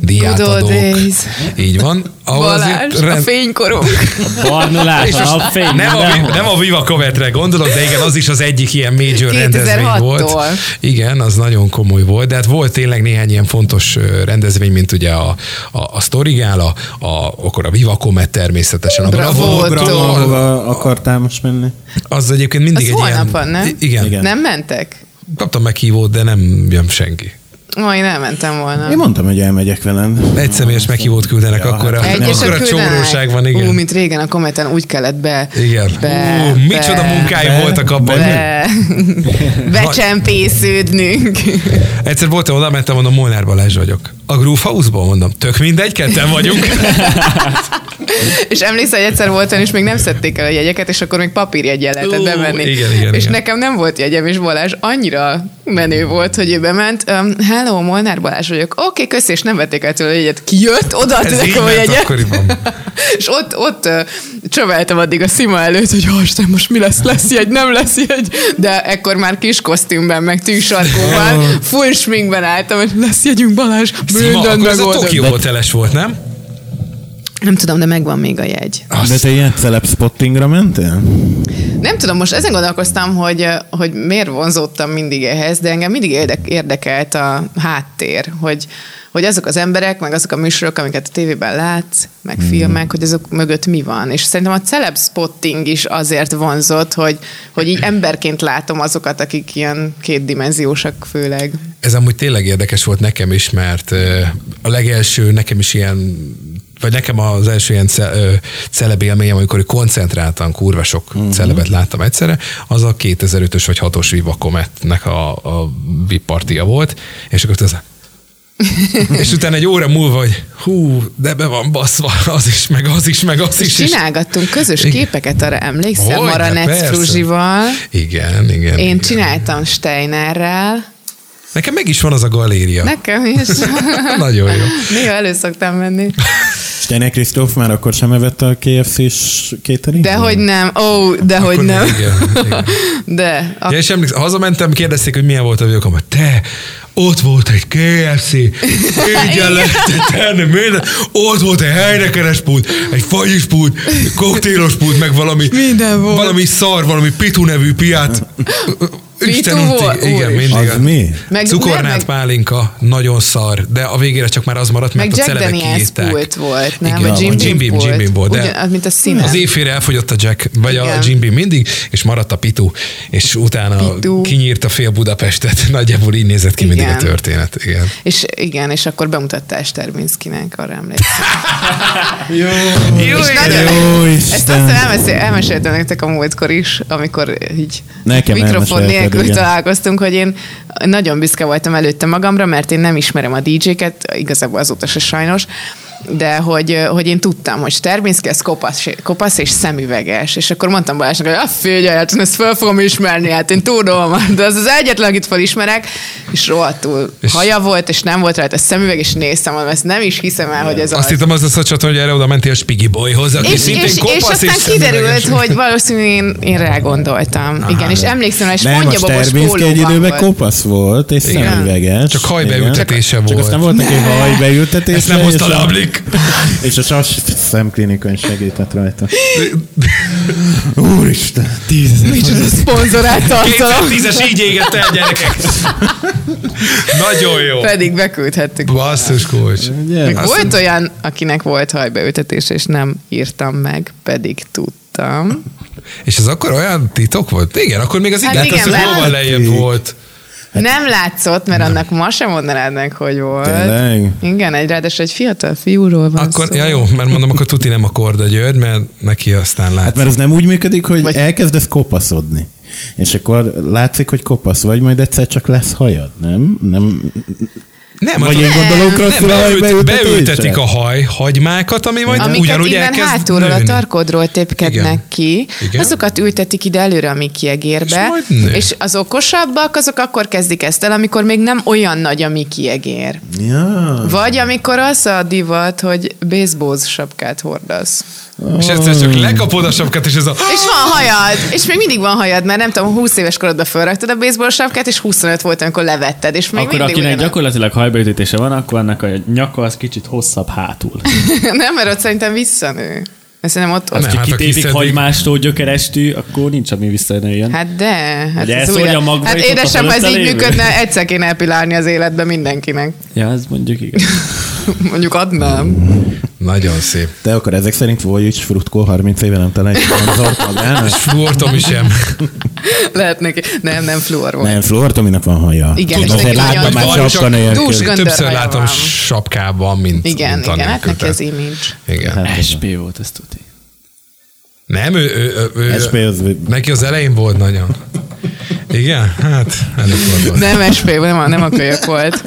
Diátadók.
days.
Így van. Ahol
Balázs,
azért
a
rend-
fénykorunk.
Barnulás, napfény,
nem a,
mindenhol.
vi- nem a Viva Covetre gondolok, de igen, az is az egyik ilyen major rendezvény
2006-tól.
volt. Igen, az nagyon komoly volt, de hát volt tényleg néhány ilyen fontos ö, rendezvény, mint ugye a, a, a Storigál, a, a, akkor a Viva Comet természetesen. A
Bravo.
Bravo,
Volt
Program,
ott.
ahova akartál most menni?
az egyébként mindig
Az
egy ilyen...
holnap van, nem?
Igen, igen.
Igen.
Nem mentek?
Kaptam meghívót, de nem jön senki.
Ó, én elmentem volna.
Én mondtam, hogy elmegyek velem.
Egy személyes meghívót küldenek,
Ja,
akkor a,
hát
Egyesek
akkor a
küldenek.
csomróság van, igen.
Ú, mint régen a kometen úgy kellett be...
igen.
Be,
Ú, micsoda
be-
munkáim
be-
voltak abban.
Be, becsempésződnünk.
Egyszer voltam oda, mentem, mondom, Molnár Balázs vagyok. A Groove House-ból mondom, tök mindegy, ketten vagyunk.
És emlékszel, hogy egyszer voltam, és még nem szedték el a jegyeket, és akkor még papírjegyel lehetett
Ú,
bemenni.
igen, igen,
és
igen.
nekem nem volt jegyem, és Balázs annyira menő volt, hogy ő bement. Um, hello, Molnár Balázs vagyok. Oké, okay, köszi, és nem vették el tőle a jegyet. Kijött, odaadta
Ez így
nekem a
ment
jegyet.
akkoriban.
És ott, ott ö, csöveltem addig a szima előtt, hogy Isten, most mi lesz, lesz jegy, nem lesz jegy. De ekkor már kis kosztümben, meg tűsarkóban, full sminkben álltam, hogy lesz jegyünk Balázs,
Szima,
bőndön
Szóval akkor ez a
megoldom.
Tokió hoteles volt, nem?
Nem tudom, de megvan még a jegy.
De te ilyen celeb spottingra mentél?
Nem tudom, most ezen gondolkoztam, hogy, hogy miért vonzódtam mindig ehhez, de engem mindig érde- érdekelt a háttér, hogy, hogy azok az emberek, meg azok a műsorok, amiket a tévében látsz, meg
Hmm.
filmek, hogy azok mögött mi van. És szerintem a celeb spotting is azért vonzott, hogy, hogy így emberként látom azokat, akik ilyen kétdimenziósak főleg.
Ez amúgy tényleg érdekes volt nekem is, mert ö, a legelső nekem is ilyen vagy nekem az első ilyen ce, ö, celeb élményem, amikor koncentráltan kurva sok uh-huh. celebet láttam egyszerre, az a 2005-ös vagy 6-os Viva Cometnek a, a VIP partia volt, és akkor az és utána egy óra múlva, hogy hú, de be van baszva, az is, meg az is, meg az
És
is. és-
csinálgattunk közös
Igen.
képeket, arra emlékszel,
Hogyne,
Maranec
persze.
Fruzsival.
Igen, igen.
Én
igen.
csináltam Steinerrel.
Nekem meg is van az a galéria.
Nekem is.
Nagyon jó.
Néha elő szoktam menni.
Stene Kristóf már akkor sem evett a KFC-s catering?
De hogy nem, ó, oh, de
Akkor
hogy
még
nem.
igen, igen.
De, a,
Ja, és emlékszem, hazamentem, kérdezték, hogy milyen volt a videókom. Te, ott volt egy KFC, így el lehetett tenni minden, ott volt egy helynekeres pult, egy fagyis pult, egy koktélos pult, meg valami,
Minden volt.
valami szar, valami Pitu nevű piát. Isten
Pitu
unti,
volt?
igen,
Úristen.
mindig.
Az mi?
Meg-
Cukornát
meg-
pálinka, nagyon szar, de a végére csak már az maradt, mert
meg
a
Jack
celebek
Daniels
kiírták.
pult volt, nem?
Igen,
Vagy Jim Jim
Beam, Jim Beam volt, de-
Ugyan, az, mint a színe.
Az éjfélre elfogyott a Jack, vagy Igen. a
Igen.
Jim Beam mindig, és maradt a Pitu, és utána Pitu.
Pitu.
kinyírta fél Budapestet. Nagyjából így nézett ki Igen. mindig a
Igen.
történet. Igen.
És igen, és akkor bemutatta Esterminskinek, arra emlékszem.
Jó,
és nagyon,
Jó
ezt aztán
Isten!
elmesél, elmeséltem nektek a múltkor is, amikor így
Nekem
mikrofon
elmesélted,
nélkül
igen.
találkoztunk, hogy én nagyon büszke voltam előtte magamra, mert én nem ismerem a DJ-ket, igazából azóta se sajnos, de hogy, hogy én tudtam, hogy Sterbinski az kopasz, kopasz és szemüveges, és akkor mondtam Balázsnak, hogy a figyelj, hát én ezt fel fogom ismerni, hát én tudom, de az az egyetlen, akit felismerek, és rohadtul
És-
haja volt, és nem volt rajta szemüveg, és néztem, mondom, ezt nem is hiszem el, hogy ez
Azt
az.
hittem az lesz a csatorna, hogy erre oda mentél a Spigi Boyhoz, aki
És,
szintén
és, és
kopasz
aztán
szemüveges.
kiderült, hogy valószínűleg én, én rá gondoltam. Aha, Igen, és emlékszem, rá, és
Nem, a
mondja babos
Sterbinski egy
pólóban
időben
volt.
kopasz volt, és
Igen.
szemüveges.
Csak hajbeültetése
hajbeültetése
volt.
Csak aztán volt neki hajbeültetése.
Ezt nem hozta
és
le a
a-
blik.
És a sas szemklinikon segített rajta. Úristen, tízezer.
Micsoda szponzorát tartalom.
2010-es így égett el, gyerekek. Nagyon jó.
Pedig beküldhettük.
Basszus kulcs.
Ugye?
Még volt olyan, akinek volt hajbeültetés, és nem írtam meg, pedig tudtam.
És ez akkor olyan titok volt? Igen, akkor még az
Hát
hát igen,
igen,
az, hogy
mert-
jóval lejjebb volt.
Hát-
Nem látszott, mert annak ma sem mondanád meg, hogy volt.
Tényleg?
Igen, egy ráadásul egy fiatal fiúról van
Akkor,
szó.
ja jó, mert mondom, akkor tuti nem a korda győr, mert neki aztán lát.
Hát mert az nem úgy működik, hogy
Vagy-
Vagy... elkezdesz kopaszodni. És akkor látszik, hogy kopasz vagy, majd egyszer csak lesz hajad, nem? nem...
nem,
Vagy
hát-
én gondolom
nem,
rosszul a
beüt,
hajbeültetésre?
beültetik a haj hagymákat, ami majd
Amiket
ugyanúgy
innen
elkezd
hátulról
nőni.
a tarkodról tépkednek
Igen.
Igen. ki,
Igen.
Igen. azokat ültetik ide előre a mi
És
kiegérbe,
majd nő.
és az okosabbak, azok akkor kezdik ezt el, amikor még nem olyan nagy a mi kiegér.
Ja.
Vagy amikor az a divat, hogy baseball sapkát hordasz.
És egyszer csak lekapod a sapkát, és ez a...
És van hajad, és még mindig van hajad, mert nem tudom, 20 éves korodban felraktad a baseball sapkát, és 25 volt, amikor levetted, és még
Akkor
mindig
akinek
ugyanaz.
gyakorlatilag hajbeütése van, akkor annak a nyaka az kicsit hosszabb hátul.
Nem, mert ott szerintem visszanő. Ezt nem ott...
Nem.
ott.
Csak
hát
hát
ha
kitérik
kiszedik.
hagymástól gyökerestű, akkor nincs, ami visszanőjön. Hát,
Hát de, hát,
Ugye
ez
ezt
újra-
mondja magva,
hát
itt ott a
édesem, ha ez
fölötte
így
lévő.
működne, egyszer kéne elpilálni az életbe mindenkinek.
ja, ez mondjuk igaz.
Mondjuk adnám.
Nagyon szép.
De akkor ezek szerint Vojic Frutko 30 éve nem talán egy szponzort magának?
Fluortom is sem.
Lehet neki. Nem, nem fluor volt.
Nem, Flor Tominak van haja.
Igen,
és
és neki
azért láttam
nagyon-
már
Vagy
sapka
csak
nélkül.
dús- Göndör
Többször
haja
látom
van.
sapkában, mint
Igen,
mint
igen, hát
anélkül,
neki
tehát-
az image.
Hát.
Igen.
SP volt, ezt tudni.
Nem, ő, ő, ő,
SP
ő
az-
neki az elején volt nagyon. Igen, hát előfordul.
Nem SP, nem a, nem a kölyök volt.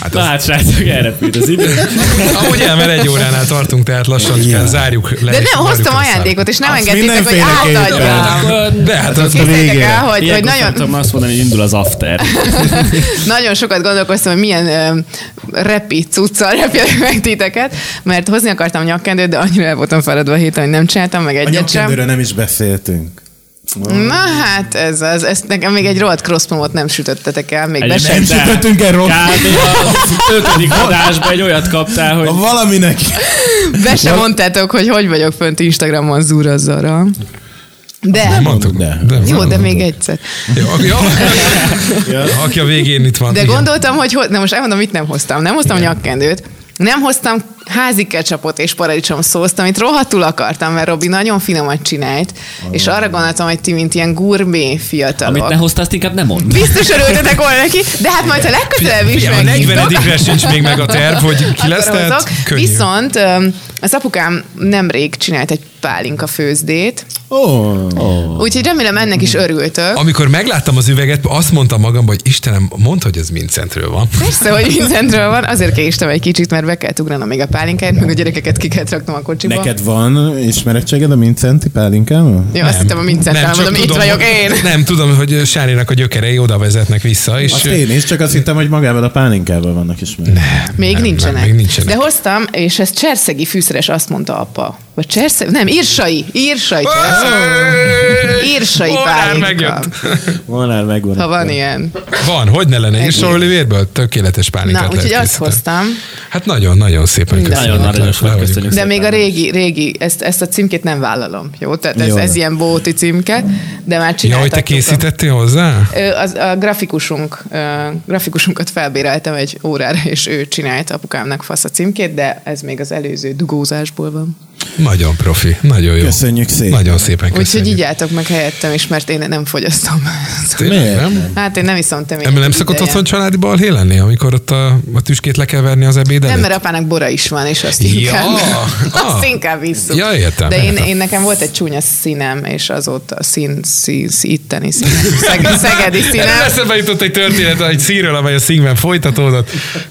Hát
Na
az,
hát, srácok, elrepült az idő.
amúgy el, mert egy óránál tartunk, tehát lassan
Igen.
kell zárjuk le.
De
és
nem, hoztam
várjuk a
ajándékot, és nem
Azt
engedtétek, hogy
mindenféleképpen.
átadjam.
számot. De hát az,
Képzeljétek
végére.
el, hogy, hogy
Ilyenkor nagyon...
nagyon,
szoktam azt mondani, hogy indul az after.
nagyon sokat gondolkoztam, hogy milyen ö, repi cuccal repjelek meg titeket, mert hozni akartam nyakkendőt, de annyira el voltam feladva a héten, hogy nem csináltam meg
A
egyet sem.
nyakkendőről nem is beszéltünk.
Na hát ez az, ezt nekem még egy rohadt crosspromot nem sütöttetek el, még be
Egyébként
sem.
Nem
de-
sütöttünk el rossz.
Kb. az ötödik adásban egy olyat kaptál, hogy
Ha valaminek...
Be sem mondtátok, hogy hogy vagyok fönt Instagramon zúrazzara. De,
Mondtuk,
De.
de
jó, de még egyszer.
Jó, jó. Aki a végén itt van.
De
igen.
gondoltam, hogy, hogy na most elmondom, mit nem hoztam. Nem hoztam nyakkendőt, nem hoztam házi ketchupot és paradicsom szószt, amit rohadtul akartam, mert Robi nagyon finomat csinált, és arra gondoltam, hogy ti, mint ilyen gurmé fiatalok.
amit ne hoztál, azt inkább nem mond.
Biztos örültetek volna neki, de hát majd, ha legközelebb is
Figyelj, a
megnyitok,
40 sincs még meg a terv, hogy ki
Akkor
lesz, tehát
hozok.
könnyű.
Viszont öm, az apukám nemrég csinált egy pálinka főzdét,
Oh.
Úgyhogy remélem ennek is örültök.
Amikor megláttam az üveget, azt mondtam magamban, hogy Istenem, mondd, hogy ez Mincentről van.
Persze, hogy Vincentről van, azért késtem egy kicsit, mert be kellett ugranom még a pálinkáért, meg a gyerekeket ki kellett raknom a kocsiba.
Neked van ismerettséged a Mincenti pálinkával?
Jó, azt hittem a Vincenttel,
csak
mondom, itt vagyok
hogy-
én.
Nem, tudom, hogy Sárinak a gyökerei oda vezetnek vissza, és...
Azt én is, csak azt hittem, hogy magával a pálinkával vannak ismerve.
Még
nem,
nincsenek.
még nincsenek.
De hoztam, és ez cserszegi fűszeres, azt mondta apa. Vagy cserszegi? Nem, írsai. Írsai cserszegi. Írsai
Ó, már
pálinka.
megjött.
Volnál megvan.
Ha van ilyen.
Van, hogy ne lenne, és
Egész.
Olivérből tökéletes pálinkát
Na, úgyhogy
lehet
azt
készíteni.
hoztam.
Hát nagyon-nagyon szépen köszönöm.
Nagyon aranyos
Le
vagy,
vagyunk.
köszönjük
De
szépen.
még a régi, régi, ezt, ezt a címkét nem vállalom, jó? Tehát ez,
Jó.
ez ilyen bóti címke, de már
Ja,
csináltattuk.
hogy te
a-
készítettél hozzá?
Ö, Az, a grafikusunk, ö, grafikusunkat felbéreltem egy órára, és ő csinált apukámnak fasz a címkét, de ez még az előző dugózásból van.
Nagyon profi, nagyon jó.
Köszönjük szépen.
Nagyon szépen
Úgyhogy
köszönjük.
így álltok meg helyettem is, mert én nem fogyasztom.
Tényleg,
Miért
nem?
nem?
Hát én nem iszom te még.
Nem, nem
egy
szokott
ideje.
otthon családi balhé lenni, amikor ott a, a tüskét le kell verni az ebéd előtt?
Nem, mert apának bora is van, és azt
Ja.
inkább, azt
Ah.
inkább visszük.
Ja, értem,
De én,
értem.
én, nekem volt egy csúnya színem, és azóta a szín, szín, szín itteni színem, szeg, szegedi
Erről
színem.
Eszembe jutott egy történet, egy színről, amely a színben folytatódott.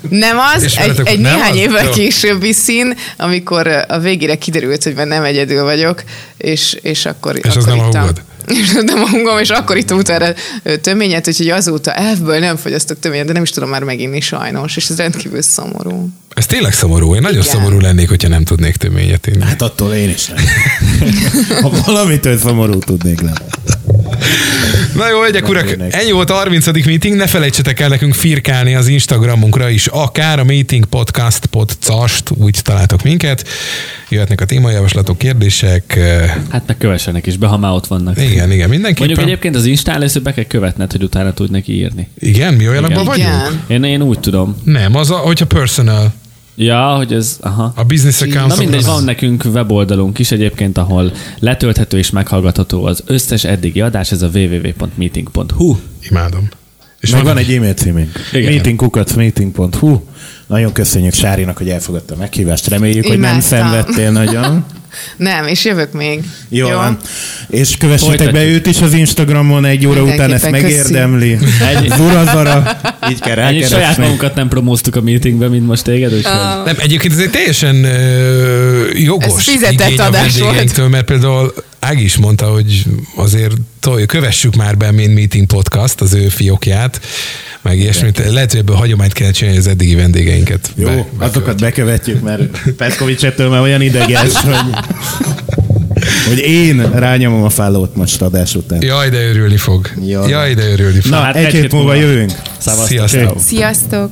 Nem
És
az, egy,
veletek-
egy
nem
néhány
az?
évvel
Jó.
későbbi szín, amikor a végére kiderült, hogy már nem egyedül vagyok, és, és akkor
az
akkor
nem a
ittam.
húgod?
És az nem a húgom, és akkor ittam utána ö, töményet, úgyhogy azóta elfből nem fogyasztok töményet, de nem is tudom már meginni sajnos, és ez rendkívül szomorú.
Ez tényleg szomorú. Én nagyon
Igen.
szomorú lennék, hogyha nem tudnék töményet inni.
Hát attól én is nem. ha valamitől szomorú tudnék lenni.
Na jó, egyek urak,
Mindenkinek.
ennyi volt a 30. meeting, ne felejtsetek el nekünk firkálni az Instagramunkra is, akár a meeting podcast podcast, úgy találtok minket. Jöhetnek a témajavaslatok, kérdések, eh,
Hát meg kövessenek is be, ha már ott vannak.
igen, igen,
Mondjuk
mindenképpen.
egyébként az Instán először be kell követned, hogy utána tud neki írni.
Igen, mi olyanokban
Igen.
vagyunk?
Igen.
Én, én úgy tudom.
Nem, az a, hogyha personal,
Ja, hogy ez... Aha.
a business
Na
account.
mindegy, van nekünk weboldalunk is egyébként, ahol letölthető és meghallgatható az összes eddigi adás, ez a www.meeting.hu.
Imádom.
És meg van egy e-mail címünk.
Igen.
meetingkukacmeeting.hu Nagyon köszönjük Sárinak, hogy elfogadta a meghívást. Reméljük, hogy nem
Imádtam.
szenvedtél nagyon.
Nem, és jövök még.
Jó, van. És kövessetek
Folytatjuk.
be őt is az Instagramon, egy óra után ezt
Mindenképpen
megérdemli. Egy zurazara. Így kell
Ennyit saját
rákeresni.
magunkat nem promóztuk a meetingben, mint most téged, úgyhogy...
Nem, egyébként ez egy teljesen ö, jogos
Ez fizetett
igény a
adás volt.
vendégeinktől, mert például Ági is mondta, hogy azért tolj, kövessük már be a Main Meeting Podcast, az ő fiókját, meg ilyesmit. Lehet, hogy ebből hagyományt kell csinálni hogy az eddigi vendégeinket.
Jó, hát
be-
azokat bekövetjük, mert Petkovics ettől már olyan ideges, hogy, hogy én rányomom a fállót most adás után.
Jaj, de örülni fog.
Jaj.
Jaj, de örülni fog.
Na,
Na,
hát
egy hét múlva jövünk.
Szavaztok.
Sziasztok.
Sziasztok!